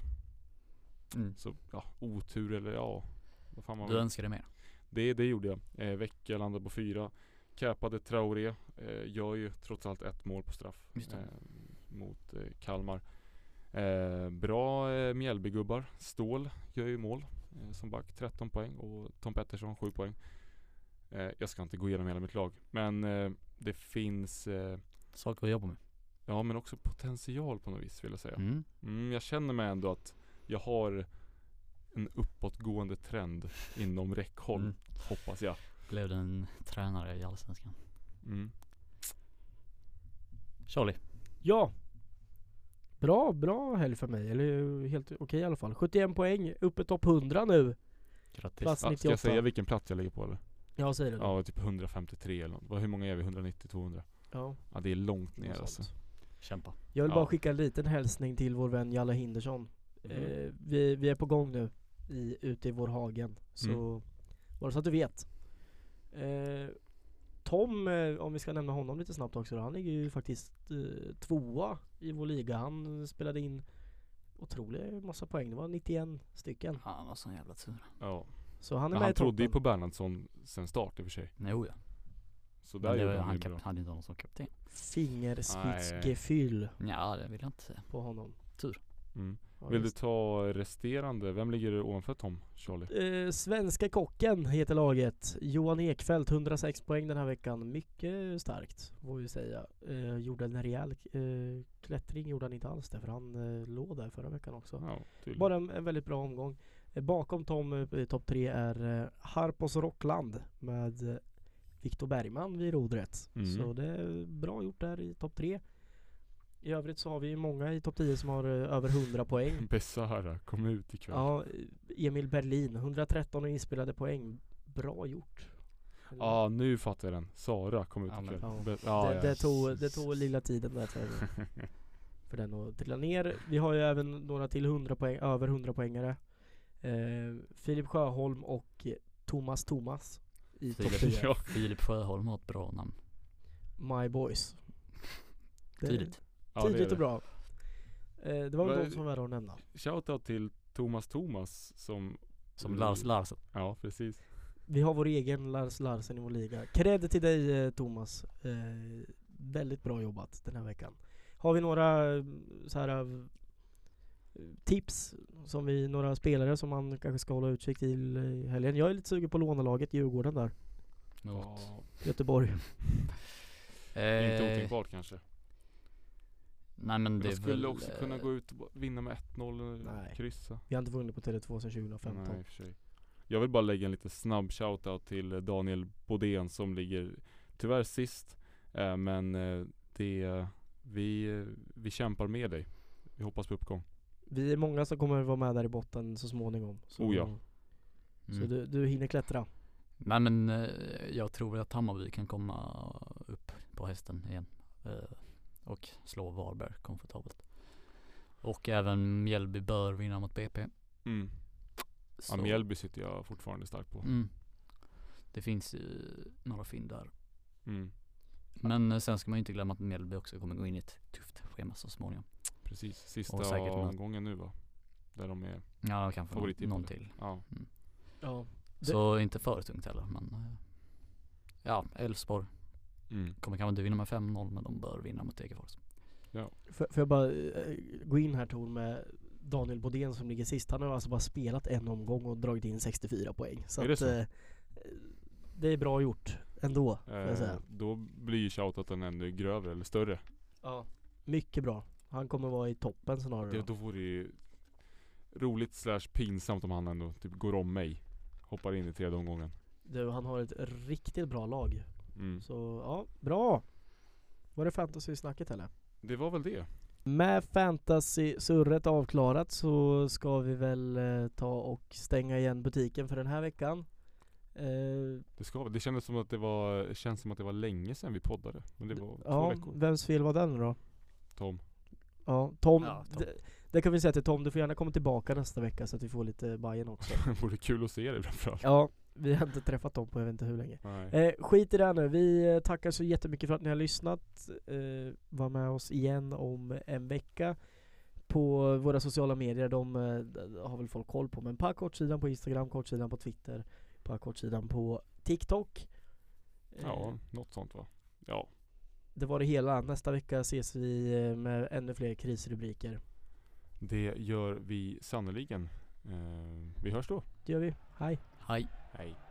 A: Mm.
C: Så ja, otur eller ja. Vad fan man
A: Du
C: vill.
A: önskar dig mer?
C: Det, det gjorde jag. Eh, Vecka landade på fyra. Capade Traoré. Eh, gör ju trots allt ett mål på straff.
A: Just det.
C: Eh, mot eh, Kalmar. Eh, bra eh, Mjällbygubbar. Ståhl gör ju mål eh, som back, 13 poäng och Tom Pettersson 7 poäng. Eh, jag ska inte gå igenom hela mitt lag, men eh, det finns eh,
A: Saker att jobba med.
C: Ja men också potential på något vis vill jag säga.
A: Mm.
C: Mm, jag känner mig ändå att jag har en uppåtgående trend inom räckhåll,
A: Mm.
C: hoppas jag.
A: Blev den tränare i Allsvenskan.
C: Mm.
A: Charlie.
B: Ja. Bra, bra helg för mig. Eller helt okej i alla fall. 71 poäng, uppe topp 100 nu.
A: Grattis.
B: Plats
C: Ja, ska
B: 98.
C: jag säga vilken plats jag ligger på eller?
B: Ja, säger du. Ja.
C: Ja, typ 153 eller något. Vad- Hur många är vi? 190, 200?
B: ja.
C: Ja det är långt
B: något
C: ner
B: sånt.
C: alltså.
A: Kämpa.
B: Jag vill bara
C: Ja.
B: skicka en liten hälsning till vår vän Jalle Hindersson.
C: Mm.
B: Eh, vi, vi är på gång nu i, ute i vår hagen. Så
C: Mm.
B: bara så att du vet. Eh, Tom, eh, om vi ska nämna honom lite snabbt också då, Han ligger ju faktiskt eh, tvåa i vår liga. Han spelade in otrolig massa poäng. Det var 91 stycken.
A: Han var sån jävla tur.
C: Ja.
B: Så han är
C: Men
B: med
C: han
B: i toppen.
C: trodde ju på Bernhardsson sen start i och för sig.
A: Nej, oja.
C: Så där
A: Men det var,
C: gjorde han
A: han
C: ju
A: kap-
C: bra.
A: hade inte honom som kapten.
B: Fingerspitzgefühl
A: Ja, det vill jag inte säga.
B: på honom.
C: Mm.
B: Ja,
C: Vill du
B: visst.
C: ta resterande? Vem ligger ovanför Tom, Charlie?
B: Eh, Svenska kocken heter laget. Johan Ekfeldt, 106 poäng den här veckan. Mycket starkt, får vi säga. Eh, gjorde en rejäl eh, klättring, gjorde han inte alls där, för han eh, låg där förra veckan också.
C: Ja, tydligen.
B: Bara en, en väldigt bra omgång. Eh, bakom Tom eh, i topp tre är eh, Harpos Rockland med eh, Viktor Bergman vid rodret.
C: Mm.
B: Så det är bra gjort där i topp tre. I övrigt så har vi ju många i topp 10 som har eh, över 100 poäng.
C: Besara, kom ut ikväll.
B: Ja, eh, Emil Berlin, 113 inspelade poäng. Bra gjort.
C: Ja nu fattar jag den. Sara kom ut
A: Ja, men-
C: ikväll.
B: ja.
C: Be- ja,
B: det,
C: ja.
B: det, tog, det tog lilla tiden där för, för den att trilla ner. Vi har ju även några till 100 poäng, över 100 poängare. Eh, Filip Sjöholm och Thomas Thomas i topp
A: Filip.
B: 10.
C: ja.
A: Filip Sjöholm har ett bra namn.
B: My Boys. Det-
A: Tydligt.
C: Ja, det är
B: Tydligt
C: det.
B: och bra. Eh, det var väl
C: Vad-
B: de som var värda att nämna.
C: Shoutout till Thomas Thomas som
A: Som
C: Mm.
A: Lars Larsson.
C: Ja precis.
B: Vi har vår egen Lars Larsen i vår liga. Cred till dig eh, Thomas. Eh, väldigt bra jobbat den här veckan. Har vi några eh, så här eh, tips som vi, några spelare som man kanske ska hålla utkik till eh, i helgen? Jag är lite sugen på lånelaget Djurgården där,
A: Mot.
B: Göteborg.
C: Inte
A: Eh,
C: otänkbart kanske.
A: nej men
C: Men
A: det är
C: de skulle
A: väl,
C: också
A: eh,
C: kunna gå ut och bara vinna med 1-0
B: Nej.
C: och kryssa.
B: Vi har inte vunnit på Tele2 sedan 2015.
C: Nej i och för sig. Jag vill bara lägga en lite snabb shoutout till eh, Daniel Bodén som ligger tyvärr sist. Eh, Men eh, det, vi, eh, vi kämpar med dig. Vi hoppas på uppgång.
B: Vi är många som kommer vara med där i botten så småningom. Så,
C: Oh ja.
A: Mm.
B: så du, du hinner klättra.
A: Nej men eh, jag tror väl att Hammarby kan komma upp på hästen igen. eh, Och slå Varberg komfortabelt. Och även Mjällby bör vinna mot BP.
C: Mm. Ja,
A: Så-
C: Mjällby sitter jag fortfarande starkt på.
A: Mm. Det finns eh, några fynd där.
C: Mm.
A: Men eh, sen ska man ju inte glömma att Mjällby också kommer gå in i ett tufft schema så småningom.
C: Precis,
A: Och
C: sista
A: säkert något-
C: omgången nu va? Där de är,
A: Ja kanske någon,
C: Favorittippade.
A: någon till.
C: ja.
B: Ja. Det-
A: Så inte för tungt heller men eh, Ja, Elfsborg
C: Mm.
A: kommer kanske inte vinna med 5-0 men de bör vinna mot Degerfors.
B: Får får jag bara eh, gå in här Tor med Daniel Bodén som ligger sist. Han har alltså bara spelat en omgång och dragit in 64 poäng. Så
C: Är det
B: att,
C: så?
B: eh, det är bra gjort ändå, får jag
C: Eh,
B: säga.
C: då blir ju shoutouten ännu grövre eller större.
B: Ja. Mycket bra. Han kommer vara i toppen
C: Det,
B: snarare.
C: då vore det ju roligt slash pinsamt om han ändå typ går om mig. Hoppar in i tredje omgången.
B: Du, han har ett riktigt bra lag.
C: Mm.
B: Så ja, bra! Var det fantasy-snacket eller?
C: Det var väl det.
B: Med fantasy-surret avklarat så ska vi väl eh, ta och stänga igen butiken för den här veckan. Eh,
C: Det, ska, väl- det kändes som att det var, känns som att det var länge sedan vi poddade. Men det var typ två
B: ja,
C: veckor.
B: vems fel var den då?
C: Tom.
B: Ja, Tom,
A: Ja, Tom.
B: Det, det kan vi säga till Tom, du får gärna komma tillbaka nästa vecka så att vi får lite Bajen också.
C: Det vore kul att se dig framförallt.
B: ja, vi har inte träffat Tom på jag vet inte hur länge.
C: Nej.
B: Eh, skit i det här nu, vi eh, tackar så jättemycket för att ni har lyssnat. Eh, var med oss igen om en vecka. På våra sociala medier, de eh, d- har väl folk koll på, men på kortsidan på Instagram, kortsidan på Twitter, på kortsidan på TikTok. Eh,
C: Ja, något sånt va. Ja,
B: Det var det hela. Nästa vecka ses vi eh, med ännu fler krisrubriker.
C: Det gör vi sannerligen. Eh, vi hörs då.
B: Det gör vi. Hej.
A: Hej.
C: Hej.